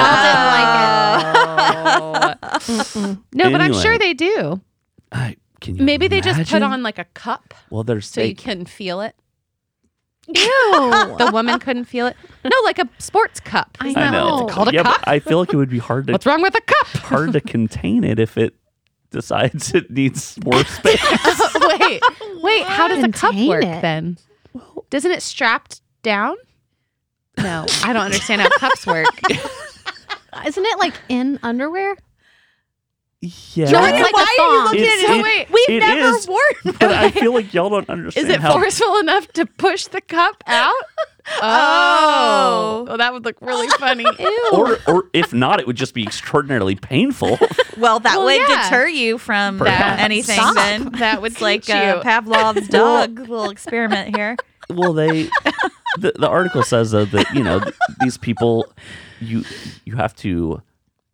[SPEAKER 4] didn't like
[SPEAKER 2] Oh.
[SPEAKER 4] it.
[SPEAKER 2] No, but I'm
[SPEAKER 1] Anyway.
[SPEAKER 2] sure they do.
[SPEAKER 1] I, can you
[SPEAKER 2] Maybe they just put
[SPEAKER 1] imagine?
[SPEAKER 2] on like a cup
[SPEAKER 1] Well, there's
[SPEAKER 2] so
[SPEAKER 1] they-
[SPEAKER 2] you couldn't feel it.
[SPEAKER 4] Ew.
[SPEAKER 2] The woman couldn't feel it. No, like a sports cup.
[SPEAKER 4] I
[SPEAKER 2] Isn't
[SPEAKER 1] I
[SPEAKER 2] that
[SPEAKER 1] know.
[SPEAKER 2] what
[SPEAKER 4] No.
[SPEAKER 2] It's called a
[SPEAKER 1] yeah, but
[SPEAKER 2] cup.
[SPEAKER 1] I feel like it would be hard to
[SPEAKER 2] What's wrong with a cup?
[SPEAKER 1] hard to contain it if it decides it needs more space.
[SPEAKER 2] wait, wait. How does a cup
[SPEAKER 4] Contain
[SPEAKER 2] work
[SPEAKER 4] it.
[SPEAKER 2] then? Doesn't it strapped down? No, I don't understand how cups work.
[SPEAKER 4] Isn't it like in underwear?
[SPEAKER 1] yeah.
[SPEAKER 4] No, it's like-
[SPEAKER 3] Why
[SPEAKER 4] a
[SPEAKER 3] are you
[SPEAKER 4] thong.
[SPEAKER 3] looking
[SPEAKER 1] It's-
[SPEAKER 3] at
[SPEAKER 1] it-
[SPEAKER 3] it? Wait, we've
[SPEAKER 1] it
[SPEAKER 3] never
[SPEAKER 1] is.
[SPEAKER 3] worn.
[SPEAKER 1] and I feel like y'all don't understand
[SPEAKER 2] Is it
[SPEAKER 1] how
[SPEAKER 2] forceful enough to push the cup out?
[SPEAKER 3] Oh.
[SPEAKER 2] oh that would look really funny.
[SPEAKER 1] or or if not, it would just be extraordinarily painful.
[SPEAKER 3] Well, that
[SPEAKER 2] Well,
[SPEAKER 3] would
[SPEAKER 2] yeah.
[SPEAKER 3] deter you from
[SPEAKER 1] Perhaps.
[SPEAKER 3] anything.
[SPEAKER 2] Stop.
[SPEAKER 3] Then
[SPEAKER 2] That would
[SPEAKER 3] it's like
[SPEAKER 2] teach
[SPEAKER 3] uh,
[SPEAKER 2] you.
[SPEAKER 3] Pavlov's dog little experiment here.
[SPEAKER 1] well, they the, the article says though that you know th- these people you you have to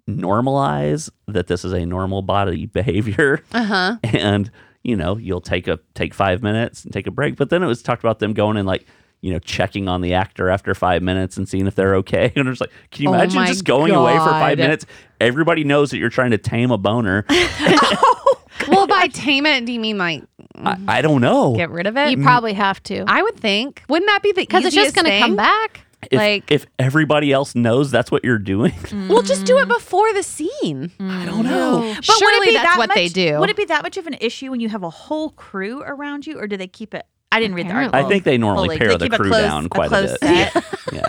[SPEAKER 1] normalize that this is a normal body behavior.
[SPEAKER 2] Uh huh.
[SPEAKER 1] and you know you'll take a take five minutes and take a break but then it was talked about them going and like you know checking on the actor after five minutes and seeing if they're okay and it's like can you
[SPEAKER 2] Oh
[SPEAKER 1] imagine
[SPEAKER 2] my
[SPEAKER 1] just going away for five
[SPEAKER 2] God.
[SPEAKER 1] minutes everybody knows that you're trying to tame a boner
[SPEAKER 2] Well, by tame it, do you mean like
[SPEAKER 1] I, I don't know
[SPEAKER 2] get rid of it?
[SPEAKER 4] You probably have to
[SPEAKER 2] I would think. Wouldn't that be the
[SPEAKER 4] because it's just going to come back.
[SPEAKER 1] if,
[SPEAKER 2] like-
[SPEAKER 1] if everybody else knows that's what you're doing
[SPEAKER 2] We'll just do it before the scene.
[SPEAKER 1] i don't know
[SPEAKER 2] But Surely that's what they
[SPEAKER 3] much-
[SPEAKER 2] do.
[SPEAKER 3] Would it be that much of an issue when you have a whole crew around you, or do they keep it? I didn't read the
[SPEAKER 4] Apparently.
[SPEAKER 3] article.
[SPEAKER 1] i think they normally
[SPEAKER 3] Fully.
[SPEAKER 1] pare
[SPEAKER 3] They
[SPEAKER 1] the
[SPEAKER 3] keep a
[SPEAKER 1] crew
[SPEAKER 3] close-
[SPEAKER 1] down
[SPEAKER 3] a
[SPEAKER 1] quite
[SPEAKER 3] close
[SPEAKER 1] bit
[SPEAKER 3] set.
[SPEAKER 1] yeah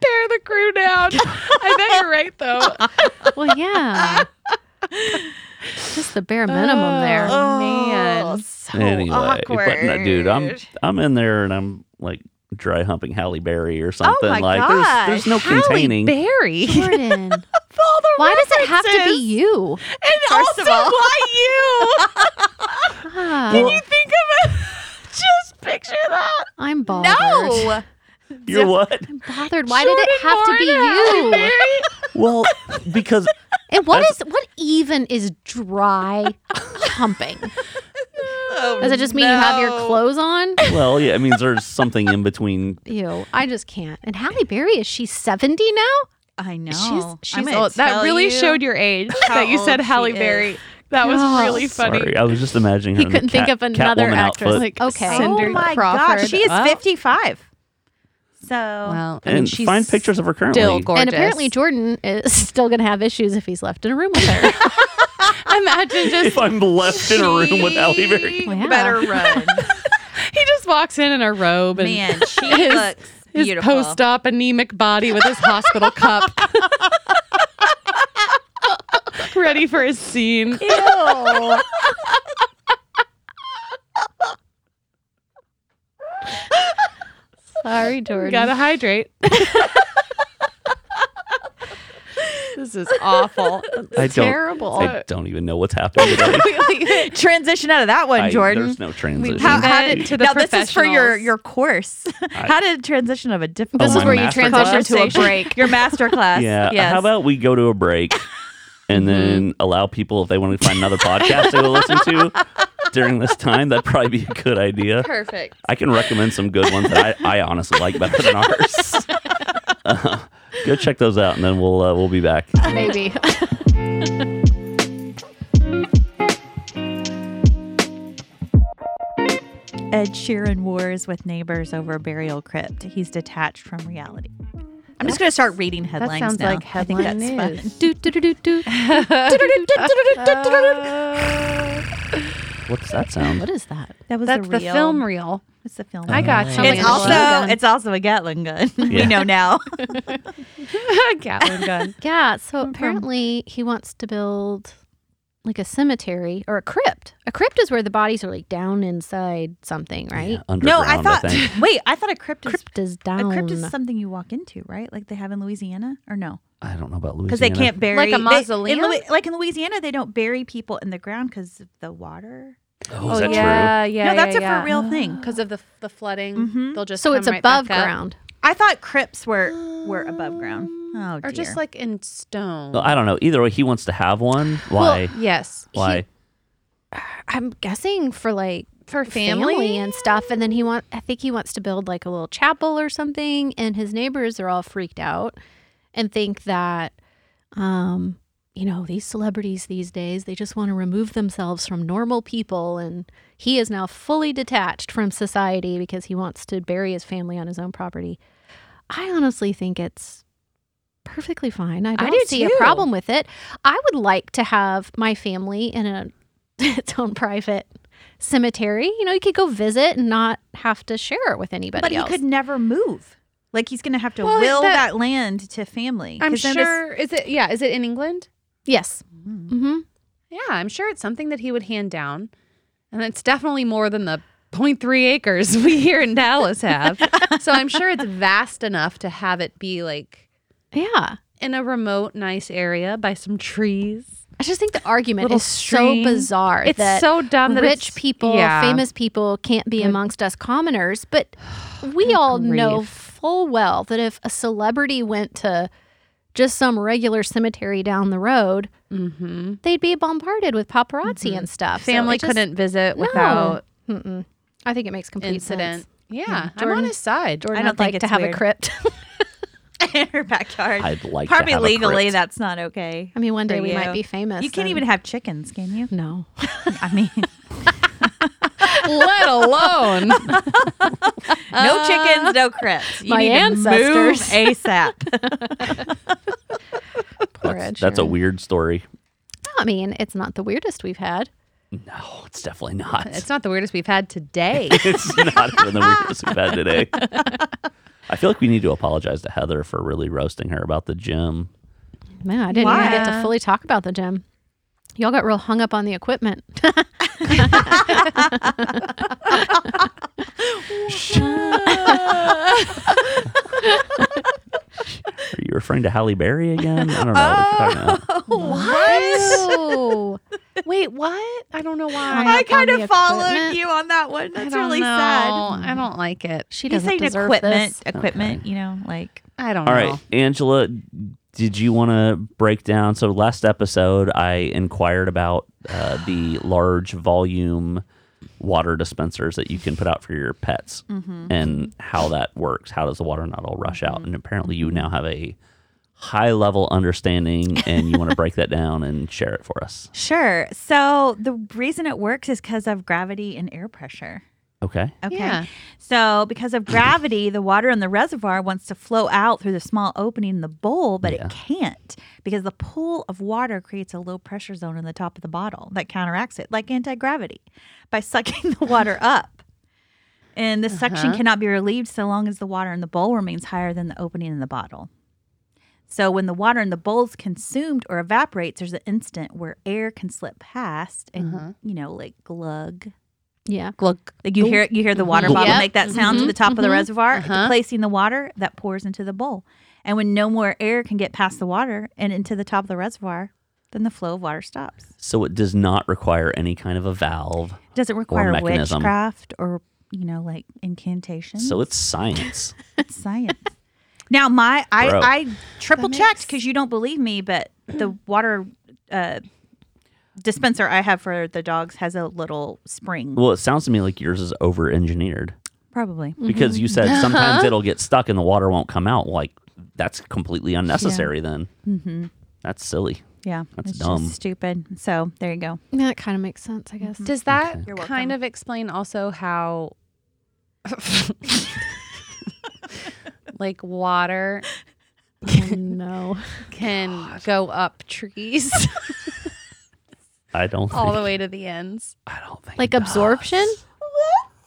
[SPEAKER 2] tear the crew down? I bet you're right though.
[SPEAKER 4] Well, yeah. Just the bare minimum there.
[SPEAKER 2] Oh, man.
[SPEAKER 3] so
[SPEAKER 1] anyway,
[SPEAKER 3] awkward.
[SPEAKER 1] but no, dude, I'm I'm in there and I'm like dry humping Halle Berry or
[SPEAKER 2] Oh,
[SPEAKER 1] something.
[SPEAKER 3] my
[SPEAKER 1] like there's there's no
[SPEAKER 2] Halle
[SPEAKER 1] containing.
[SPEAKER 2] Berry.
[SPEAKER 4] Jordan,
[SPEAKER 3] Of all the
[SPEAKER 4] why does it have to be
[SPEAKER 3] references.
[SPEAKER 4] you?
[SPEAKER 3] And
[SPEAKER 4] First
[SPEAKER 3] also,
[SPEAKER 4] of all.
[SPEAKER 3] why you?
[SPEAKER 4] Ah,
[SPEAKER 3] Can you think of it? Just picture that.
[SPEAKER 4] I'm bothered.
[SPEAKER 3] No.
[SPEAKER 1] You're what?
[SPEAKER 4] bothered. Why did it have to be
[SPEAKER 3] Jordan Warner,
[SPEAKER 4] you?
[SPEAKER 1] Well, because
[SPEAKER 4] And what is
[SPEAKER 1] That's-
[SPEAKER 4] what even is dry humping?
[SPEAKER 3] Oh,
[SPEAKER 4] Does it just mean you have your
[SPEAKER 3] no.
[SPEAKER 4] clothes on?
[SPEAKER 1] well, yeah, it means there's something in between.
[SPEAKER 4] Ew, I just can't. And Halle Berry is she seventy now?
[SPEAKER 3] I know.
[SPEAKER 4] she's
[SPEAKER 3] I'm gonna
[SPEAKER 2] Oh, that
[SPEAKER 3] tell
[SPEAKER 2] really
[SPEAKER 3] you.
[SPEAKER 2] showed your age
[SPEAKER 3] how
[SPEAKER 2] that you said
[SPEAKER 3] old she
[SPEAKER 2] Halle
[SPEAKER 3] is.
[SPEAKER 2] Berry. That was
[SPEAKER 4] Oh,
[SPEAKER 2] really funny.
[SPEAKER 1] Sorry, I was just imagining her.
[SPEAKER 4] He
[SPEAKER 1] in the
[SPEAKER 4] couldn't think
[SPEAKER 1] Cat-
[SPEAKER 4] of another
[SPEAKER 1] Catwoman
[SPEAKER 4] actress.
[SPEAKER 1] outfit.
[SPEAKER 2] Like
[SPEAKER 4] Okay.
[SPEAKER 2] Cinder
[SPEAKER 3] oh my
[SPEAKER 2] Crawford.
[SPEAKER 3] gosh, she is
[SPEAKER 2] Well,
[SPEAKER 3] 55. Oh. So
[SPEAKER 2] Well, I mean,
[SPEAKER 1] and
[SPEAKER 2] she's
[SPEAKER 1] find pictures of her currently.
[SPEAKER 2] still gorgeous.
[SPEAKER 4] And apparently Jordan is still gonna have issues if he's left in a room with her.
[SPEAKER 2] imagine just
[SPEAKER 1] if I'm left in a room with Halle Berry.
[SPEAKER 3] she
[SPEAKER 4] Wow.
[SPEAKER 3] better run.
[SPEAKER 2] he just walks in in a robe and
[SPEAKER 3] Man, she
[SPEAKER 2] His-
[SPEAKER 3] looks
[SPEAKER 2] his
[SPEAKER 3] beautiful.
[SPEAKER 2] post-op anemic body with his hospital cup, ready for his scene.
[SPEAKER 3] Ew.
[SPEAKER 4] Sorry, Jordan.
[SPEAKER 2] Gotta hydrate. this is awful.
[SPEAKER 1] I don't.
[SPEAKER 4] Terrible.
[SPEAKER 1] I don't even know what's happening today.
[SPEAKER 3] Transition out of that one,
[SPEAKER 1] I-
[SPEAKER 3] Jordan.
[SPEAKER 1] There's no transition.
[SPEAKER 2] How- how did-
[SPEAKER 1] Hey,
[SPEAKER 2] to the
[SPEAKER 3] now this is for your
[SPEAKER 2] professionals.
[SPEAKER 3] your course. How to transition of a different
[SPEAKER 1] Oh,
[SPEAKER 4] this is
[SPEAKER 1] my
[SPEAKER 4] where you
[SPEAKER 1] master
[SPEAKER 4] transition to a
[SPEAKER 3] conversation.
[SPEAKER 4] break.
[SPEAKER 3] your master class.
[SPEAKER 1] yeah.
[SPEAKER 3] Yes. Mm-hmm.
[SPEAKER 1] How about we go to a break and then allow people if they want to find another podcast they will listen to during this time? That'd probably be a good idea.
[SPEAKER 2] Perfect.
[SPEAKER 1] I can recommend some good ones that I, I honestly like better than ours. Uh, go check those out, and then we'll uh, we'll be back.
[SPEAKER 4] Maybe.
[SPEAKER 3] Ed Sheeran wars with neighbors over burial crypt? He's detached from reality. I'm just going to start reading headlines
[SPEAKER 2] sounds
[SPEAKER 3] now.
[SPEAKER 2] like
[SPEAKER 3] I
[SPEAKER 2] headline
[SPEAKER 3] think that's
[SPEAKER 2] news.
[SPEAKER 3] fun.
[SPEAKER 4] do, do, do, do, do.
[SPEAKER 1] What's that sound?
[SPEAKER 4] What is that?
[SPEAKER 3] That was
[SPEAKER 2] That's
[SPEAKER 3] a
[SPEAKER 2] the
[SPEAKER 3] reel.
[SPEAKER 2] film reel.
[SPEAKER 3] It's a film.
[SPEAKER 2] I got you.
[SPEAKER 3] It's
[SPEAKER 4] Gatling
[SPEAKER 3] also
[SPEAKER 4] gun.
[SPEAKER 3] it's also a Gatling gun. we
[SPEAKER 1] Yeah.
[SPEAKER 3] know now.
[SPEAKER 2] Gatling gun.
[SPEAKER 4] Yeah. So apparently he wants to build like a cemetery or a crypt. A crypt is where the bodies are like down inside something, right?
[SPEAKER 1] Yeah, underground,
[SPEAKER 3] no, I thought.
[SPEAKER 1] think.
[SPEAKER 3] wait, I thought a crypt is
[SPEAKER 4] Crypt is
[SPEAKER 3] a
[SPEAKER 4] down.
[SPEAKER 3] crypt is something you walk into, right? Like they have in Louisiana, or no?
[SPEAKER 1] I don't know about Louisiana.
[SPEAKER 3] Because they can't bury
[SPEAKER 2] Like a
[SPEAKER 3] they- in
[SPEAKER 2] mausoleum?
[SPEAKER 3] Louis- like in Louisiana, they don't bury people in the ground because of the water.
[SPEAKER 1] Oh, is that true?
[SPEAKER 2] yeah, yeah.
[SPEAKER 3] no, that's
[SPEAKER 2] yeah,
[SPEAKER 3] a
[SPEAKER 2] yeah. Mm-hmm.
[SPEAKER 3] for real thing.
[SPEAKER 2] because of the the flooding.
[SPEAKER 3] Mhm.
[SPEAKER 2] They'll just
[SPEAKER 4] so it's
[SPEAKER 2] come right
[SPEAKER 4] above
[SPEAKER 2] back up.
[SPEAKER 4] ground.
[SPEAKER 3] I thought crypts were were above ground. Oh,
[SPEAKER 2] or just
[SPEAKER 3] dear.
[SPEAKER 2] like in stone.
[SPEAKER 1] Well, I don't know. Either way, he wants to have one. Why?
[SPEAKER 2] yes,
[SPEAKER 1] Why?
[SPEAKER 4] I'm guessing for like
[SPEAKER 2] for
[SPEAKER 4] family, and stuff. And then he want I think he wants to build like a little chapel or something. And his neighbors are all freaked out and think that um, you know, these celebrities these days, they just want to remove themselves from normal people and he is now fully detached from society because he wants to bury his family on his own property. I honestly think it's perfectly fine. I don't
[SPEAKER 2] do
[SPEAKER 4] see
[SPEAKER 2] too.
[SPEAKER 4] a problem with it. I would like to have my family in a its own private cemetery. You know, you could go visit and not have to share it with anybody
[SPEAKER 3] but he
[SPEAKER 4] else.
[SPEAKER 3] could never move. Like he's going to have to
[SPEAKER 2] Well,
[SPEAKER 3] will
[SPEAKER 2] that-
[SPEAKER 3] that, land to family.
[SPEAKER 2] I'm
[SPEAKER 3] 'Cause then this-
[SPEAKER 2] sure. Is it? Yeah. Is it in England?
[SPEAKER 4] yes.
[SPEAKER 3] Mm.
[SPEAKER 4] hmm
[SPEAKER 2] Yeah, I'm sure it's something that he would hand down, and it's definitely more than the 0.3 acres we here in Dallas have. so I'm sure it's vast enough to have it be like
[SPEAKER 4] Yeah.
[SPEAKER 2] in a remote, nice area by some trees.
[SPEAKER 4] I just think the argument
[SPEAKER 2] Little
[SPEAKER 4] is
[SPEAKER 2] stream.
[SPEAKER 4] so bizarre.
[SPEAKER 2] It's
[SPEAKER 4] that
[SPEAKER 2] so dumb that
[SPEAKER 4] rich
[SPEAKER 2] it's-
[SPEAKER 4] people,
[SPEAKER 2] yeah.
[SPEAKER 4] famous people can't be amongst us commoners. But we all know
[SPEAKER 2] grief.
[SPEAKER 4] full well that if a celebrity went to just some regular cemetery down the road,
[SPEAKER 2] Mm-hmm.
[SPEAKER 4] they'd be bombarded with paparazzi and stuff. So
[SPEAKER 2] Family
[SPEAKER 4] it just-
[SPEAKER 2] couldn't visit
[SPEAKER 4] No.
[SPEAKER 2] without
[SPEAKER 4] Mm-mm. I think it makes complete
[SPEAKER 2] incident.
[SPEAKER 4] sense.
[SPEAKER 2] Yeah, I'm on
[SPEAKER 4] Jordan-
[SPEAKER 2] his side.
[SPEAKER 4] Jordan,
[SPEAKER 3] I don't
[SPEAKER 4] I'd like
[SPEAKER 3] think
[SPEAKER 4] to
[SPEAKER 3] it's
[SPEAKER 4] have
[SPEAKER 3] weird.
[SPEAKER 4] a crypt.
[SPEAKER 3] in her backyard.
[SPEAKER 1] I'd like to
[SPEAKER 3] Probably
[SPEAKER 1] have a
[SPEAKER 3] legally
[SPEAKER 1] crypt.
[SPEAKER 3] that's not okay.
[SPEAKER 4] I mean, one
[SPEAKER 3] for
[SPEAKER 4] day we
[SPEAKER 3] you.
[SPEAKER 4] might be famous.
[SPEAKER 3] You can't
[SPEAKER 4] and-
[SPEAKER 3] even have chickens, can you?
[SPEAKER 4] No.
[SPEAKER 3] I mean,
[SPEAKER 2] Let alone.
[SPEAKER 3] no chickens, no crypts. You
[SPEAKER 4] my
[SPEAKER 3] need to move
[SPEAKER 4] ancestors.
[SPEAKER 3] ASAP.
[SPEAKER 4] Poor Ed
[SPEAKER 1] That's a
[SPEAKER 4] Sheeran.
[SPEAKER 1] weird story.
[SPEAKER 4] I mean, it's not the weirdest we've had.
[SPEAKER 1] No, it's definitely not.
[SPEAKER 2] it's not the weirdest we've had today.
[SPEAKER 1] it's not even the weirdest we've had today. I feel like we need to apologize to Heather for really roasting her about the gym.
[SPEAKER 4] Man, I didn't even get
[SPEAKER 2] Why?
[SPEAKER 4] to fully talk about the gym. Y'all got real hung up on the equipment.
[SPEAKER 1] Are you referring to Halle Berry again? I don't know what you're talking about.
[SPEAKER 3] What?
[SPEAKER 4] Ew.
[SPEAKER 2] Wait, what? I don't know why. Um,
[SPEAKER 4] I
[SPEAKER 3] I kind
[SPEAKER 4] on the
[SPEAKER 3] of followed
[SPEAKER 4] equipment?
[SPEAKER 3] you on that one.
[SPEAKER 2] I
[SPEAKER 3] That's
[SPEAKER 2] don't
[SPEAKER 3] really
[SPEAKER 2] know.
[SPEAKER 3] sad.
[SPEAKER 2] I don't like it.
[SPEAKER 4] She
[SPEAKER 3] He's
[SPEAKER 4] doesn't
[SPEAKER 3] saying
[SPEAKER 4] deserve
[SPEAKER 3] equipment,
[SPEAKER 4] this.
[SPEAKER 3] equipment. You know, like
[SPEAKER 2] I don't
[SPEAKER 1] All
[SPEAKER 2] know.
[SPEAKER 1] right, Angela, did you want to break down? So last episode, I inquired about uh, the large volume water dispensers that you can put out for your pets and how that works. How does the water not all rush out? And apparently, you now have a high level understanding, and you want to break that down and share it for us.
[SPEAKER 3] Sure. So the reason it works is because of gravity and air pressure.
[SPEAKER 1] Okay.
[SPEAKER 3] Okay.
[SPEAKER 2] Yeah.
[SPEAKER 3] So because of gravity, the water in the reservoir wants to flow out through the small opening in the bowl, but
[SPEAKER 1] Yeah.
[SPEAKER 3] it can't because the pull of water creates a low pressure zone in the top of the bottle that counteracts it, like anti gravity, by sucking the water up. And the suction cannot be relieved so long as the water in the bowl remains higher than the opening in the bottle. So when the water in the bowl is consumed or evaporates, there's an instant where air can slip past and you know, like glug.
[SPEAKER 4] Yeah.
[SPEAKER 3] Glug. Like you hear you hear the water
[SPEAKER 1] Glug.
[SPEAKER 3] bottle
[SPEAKER 4] Yep.
[SPEAKER 3] make that sound to the top of the reservoir,
[SPEAKER 2] Mm-hmm. Uh-huh.
[SPEAKER 3] placing the water that pours into the bowl. And when no more air can get past the water and into the top of the reservoir, then the flow of water stops.
[SPEAKER 1] So it does not require any kind of a valve.
[SPEAKER 3] Doesn't require
[SPEAKER 1] mechanism.
[SPEAKER 3] witchcraft or you know, like incantation.
[SPEAKER 1] So it's science.
[SPEAKER 3] It's science. now my I,
[SPEAKER 1] Bro.
[SPEAKER 3] I triple
[SPEAKER 2] That
[SPEAKER 3] checked
[SPEAKER 2] makes-
[SPEAKER 3] because you don't believe me, but the water uh, dispenser I have for the dogs has a little spring.
[SPEAKER 1] well, it sounds to me like yours is over engineered.
[SPEAKER 3] Probably.
[SPEAKER 1] because you
[SPEAKER 2] Uh-huh.
[SPEAKER 1] said sometimes it'll get stuck and the water won't come out. Like that's completely unnecessary. Then that's silly.
[SPEAKER 3] Mm-hmm. Yeah.
[SPEAKER 1] That's
[SPEAKER 3] it's
[SPEAKER 1] dumb.
[SPEAKER 3] just stupid. So there you go.
[SPEAKER 4] Yeah, That kind of makes sense, I guess.
[SPEAKER 2] Does that
[SPEAKER 3] You're welcome.
[SPEAKER 2] kind of explain also how, like, water Mm-hmm.
[SPEAKER 4] no.
[SPEAKER 2] can go up trees
[SPEAKER 1] I don't.
[SPEAKER 2] all
[SPEAKER 1] Think,
[SPEAKER 2] the way to the ends?
[SPEAKER 1] I don't think
[SPEAKER 4] Like
[SPEAKER 1] it
[SPEAKER 4] absorption?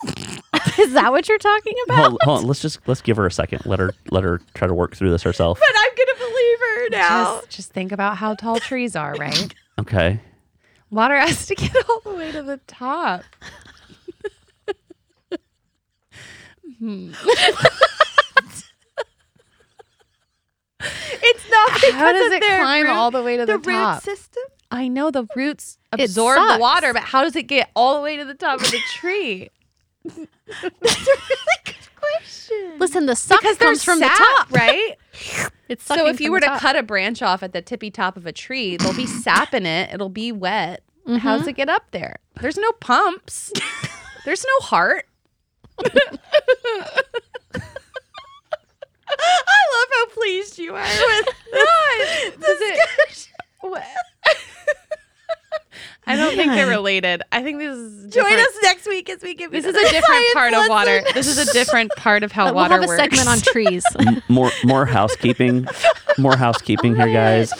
[SPEAKER 1] does.
[SPEAKER 4] Is that what you're talking about?
[SPEAKER 1] Hold, hold on, let's just let's give her a second. Let her let her try to work through this herself.
[SPEAKER 3] But I'm gonna believe her now.
[SPEAKER 2] Just, just think about how tall trees are, right?
[SPEAKER 1] Okay.
[SPEAKER 2] Water has to get all the way to the top. Hmm.
[SPEAKER 3] It's not because
[SPEAKER 2] How does
[SPEAKER 3] of
[SPEAKER 2] it
[SPEAKER 3] their
[SPEAKER 2] climb
[SPEAKER 3] root,
[SPEAKER 2] all the way to the,
[SPEAKER 3] root
[SPEAKER 2] top?
[SPEAKER 3] system?
[SPEAKER 2] I know the roots
[SPEAKER 4] It
[SPEAKER 2] absorb
[SPEAKER 4] sucks.
[SPEAKER 2] the water, but how does it get all the way to the top of the tree?
[SPEAKER 3] That's a really good question.
[SPEAKER 4] Listen, the suck comes from the top.
[SPEAKER 2] right?
[SPEAKER 4] It's
[SPEAKER 2] so if you were to cut a branch off at the tippy top of a tree, there'll be sap in it. It'll be wet. How's it get up there? There's no pumps. There's no heart.
[SPEAKER 3] I love how pleased you are with this.
[SPEAKER 2] Does it? What? I don't think they're related. I think this is
[SPEAKER 3] Join
[SPEAKER 2] different.
[SPEAKER 3] us next week as we give you
[SPEAKER 2] This is
[SPEAKER 3] another
[SPEAKER 2] a different
[SPEAKER 3] science
[SPEAKER 2] part of water.
[SPEAKER 3] lesson.
[SPEAKER 2] This is a different part of how
[SPEAKER 4] But
[SPEAKER 2] water
[SPEAKER 4] we'll have a
[SPEAKER 2] works.
[SPEAKER 4] segment on trees.
[SPEAKER 1] M- More more housekeeping. More housekeeping here, guys.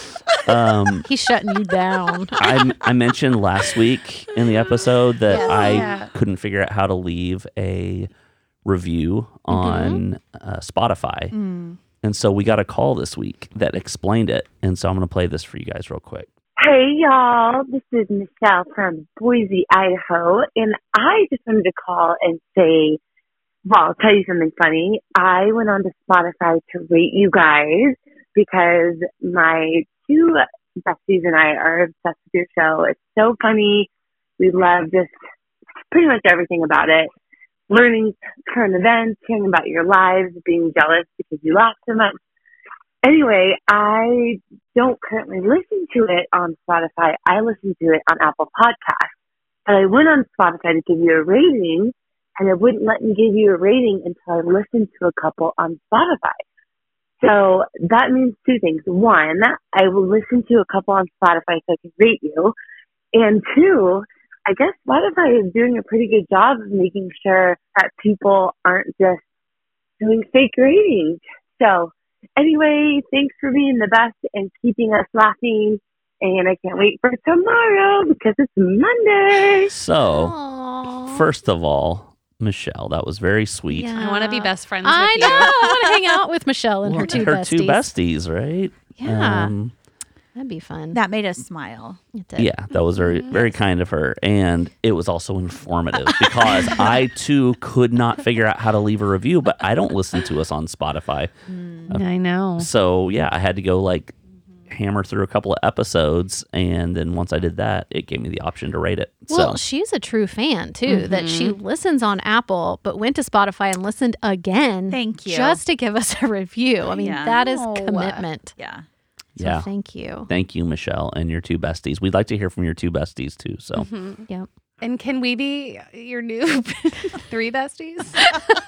[SPEAKER 1] Um,
[SPEAKER 4] He's shutting you down.
[SPEAKER 1] I, I mentioned last week in the episode that I
[SPEAKER 2] Yeah.
[SPEAKER 1] couldn't figure out how to leave a review
[SPEAKER 2] Mm-hmm.
[SPEAKER 1] on uh, Spotify.
[SPEAKER 3] Hmm.
[SPEAKER 1] And so we got a call this week that explained it. And so I'm going to play this for you guys real quick.
[SPEAKER 5] Hey y'all, this is Michelle from Boise, Idaho, and I just wanted to call and say, well, I'll tell you something funny. I went on to Spotify to rate you guys because my two besties and I are obsessed with your show. It's so funny. We love just pretty much everything about it. Learning current events, hearing about your lives, being jealous because you laugh so much. Anyway, I don't currently listen to it on Spotify. I listen to it on Apple Podcasts. But I went on Spotify to give you a rating, and it wouldn't let me give you a rating until I listened to a couple on Spotify. So that means two things. One, I will listen to a couple on Spotify so I can rate you. And two, I guess Spotify is doing a pretty good job of making sure that people aren't just doing fake ratings. So anyway, thanks for being the best and keeping us laughing. And I can't wait for tomorrow because it's Monday.
[SPEAKER 4] Oh.
[SPEAKER 1] So,
[SPEAKER 4] Aw.
[SPEAKER 1] first of all, Michelle, that was very sweet.
[SPEAKER 4] Yeah.
[SPEAKER 2] Uh, I want to be best friends with
[SPEAKER 4] I
[SPEAKER 2] you.
[SPEAKER 4] know. I want to hang out with Michelle and
[SPEAKER 1] Well,
[SPEAKER 4] her two
[SPEAKER 1] her
[SPEAKER 4] besties.
[SPEAKER 1] two besties, right?
[SPEAKER 4] Yeah.
[SPEAKER 1] Um,
[SPEAKER 4] That'd be fun.
[SPEAKER 3] That made us smile.
[SPEAKER 4] It did.
[SPEAKER 1] Yeah, that was very very kind of her, and it was also informative because I too could not figure out how to leave a review, but I don't listen to us on Spotify,
[SPEAKER 4] Mm-hmm.
[SPEAKER 2] I know.
[SPEAKER 1] so yeah, I had to go like
[SPEAKER 4] Mm-hmm.
[SPEAKER 1] hammer through a couple of episodes, and then once I did that, it gave me the option to rate it.
[SPEAKER 4] Well,
[SPEAKER 1] so
[SPEAKER 4] she's a true fan too. That she listens on Apple, but went to Spotify and listened again.
[SPEAKER 3] Thank you.
[SPEAKER 4] just to give us a review. I mean,
[SPEAKER 3] Yeah.
[SPEAKER 4] that is
[SPEAKER 2] No.
[SPEAKER 4] commitment.
[SPEAKER 3] Yeah.
[SPEAKER 4] So
[SPEAKER 1] yeah,
[SPEAKER 4] thank you.
[SPEAKER 1] thank you, Michelle, and your two besties. We'd like to hear from your two besties too. So
[SPEAKER 4] Yep.
[SPEAKER 2] And can we be your new three besties?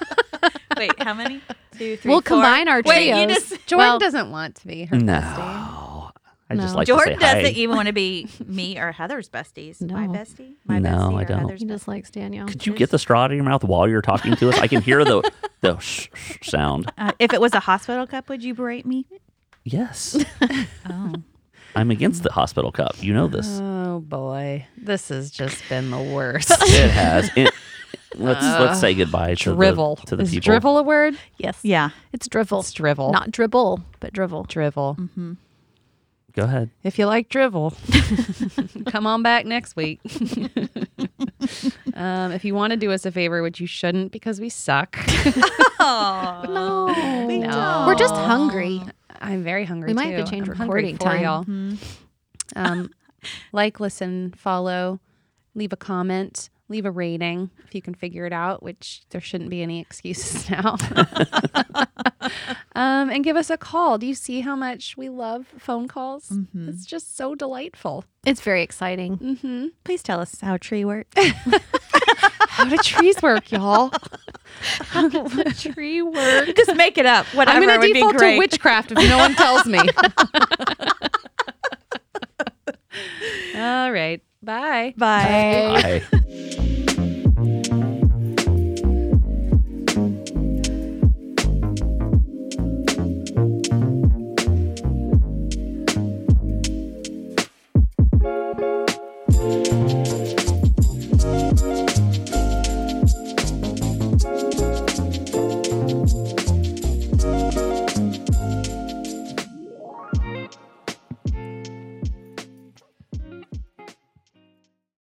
[SPEAKER 3] Wait, how many? Two, three,
[SPEAKER 4] we'll
[SPEAKER 3] four.
[SPEAKER 4] combine our
[SPEAKER 3] Wait, you
[SPEAKER 4] trios.
[SPEAKER 3] just-
[SPEAKER 2] Jordan
[SPEAKER 4] Well-
[SPEAKER 2] doesn't want to be her
[SPEAKER 1] no,
[SPEAKER 2] bestie.
[SPEAKER 1] I just
[SPEAKER 4] No.
[SPEAKER 1] like
[SPEAKER 3] Jordan
[SPEAKER 1] to say hi.
[SPEAKER 3] doesn't even want to be me or Heather's besties. My
[SPEAKER 4] No.
[SPEAKER 3] bestie? My
[SPEAKER 1] No,
[SPEAKER 3] bestie
[SPEAKER 1] I
[SPEAKER 3] or
[SPEAKER 1] don't.
[SPEAKER 3] Heather's
[SPEAKER 4] He just likes Danielle.
[SPEAKER 1] Could you get the straw out of your mouth while you're talking to us? I can hear the the sh- sh- sound.
[SPEAKER 3] Uh, if it was a hospital cup, would you berate me?
[SPEAKER 1] Yes,
[SPEAKER 3] Oh.
[SPEAKER 1] I'm against the hospital cup. You know this.
[SPEAKER 2] Oh boy, this has just been the worst.
[SPEAKER 1] It has. It- let's let's say goodbye to
[SPEAKER 2] drivel
[SPEAKER 1] the, to the
[SPEAKER 2] is
[SPEAKER 1] people.
[SPEAKER 2] drivel a word?
[SPEAKER 4] Yes.
[SPEAKER 3] Yeah.
[SPEAKER 4] It's drivel.
[SPEAKER 2] It's drivel,
[SPEAKER 4] Not dribble, but drivel.
[SPEAKER 2] drivel.
[SPEAKER 1] Go ahead.
[SPEAKER 2] If you like drivel, come on back next week. um, if you want to do us a favor, which you shouldn't because we suck.
[SPEAKER 3] Oh.
[SPEAKER 4] No.
[SPEAKER 3] We
[SPEAKER 2] No.
[SPEAKER 4] We're just hungry.
[SPEAKER 2] I'm very hungry.
[SPEAKER 4] We might have to
[SPEAKER 2] too.
[SPEAKER 4] change
[SPEAKER 2] I'm hungry
[SPEAKER 4] recording
[SPEAKER 2] for
[SPEAKER 4] time.
[SPEAKER 2] y'all. Um, like, listen, follow, leave a comment, leave a rating if you can figure it out, which there shouldn't be any excuses now. um, and give us a call. Do you see how much we love phone calls? It's just so delightful.
[SPEAKER 4] It's very exciting.
[SPEAKER 2] Mm-hmm.
[SPEAKER 3] Please tell us how a tree works.
[SPEAKER 2] How do trees work, y'all?
[SPEAKER 4] Tree work.
[SPEAKER 3] just make it up. Whatever
[SPEAKER 2] I'm going
[SPEAKER 3] would
[SPEAKER 2] to
[SPEAKER 3] be
[SPEAKER 2] default to
[SPEAKER 3] great.
[SPEAKER 2] witchcraft if no one tells me. All right. Bye.
[SPEAKER 3] Bye.
[SPEAKER 1] Bye.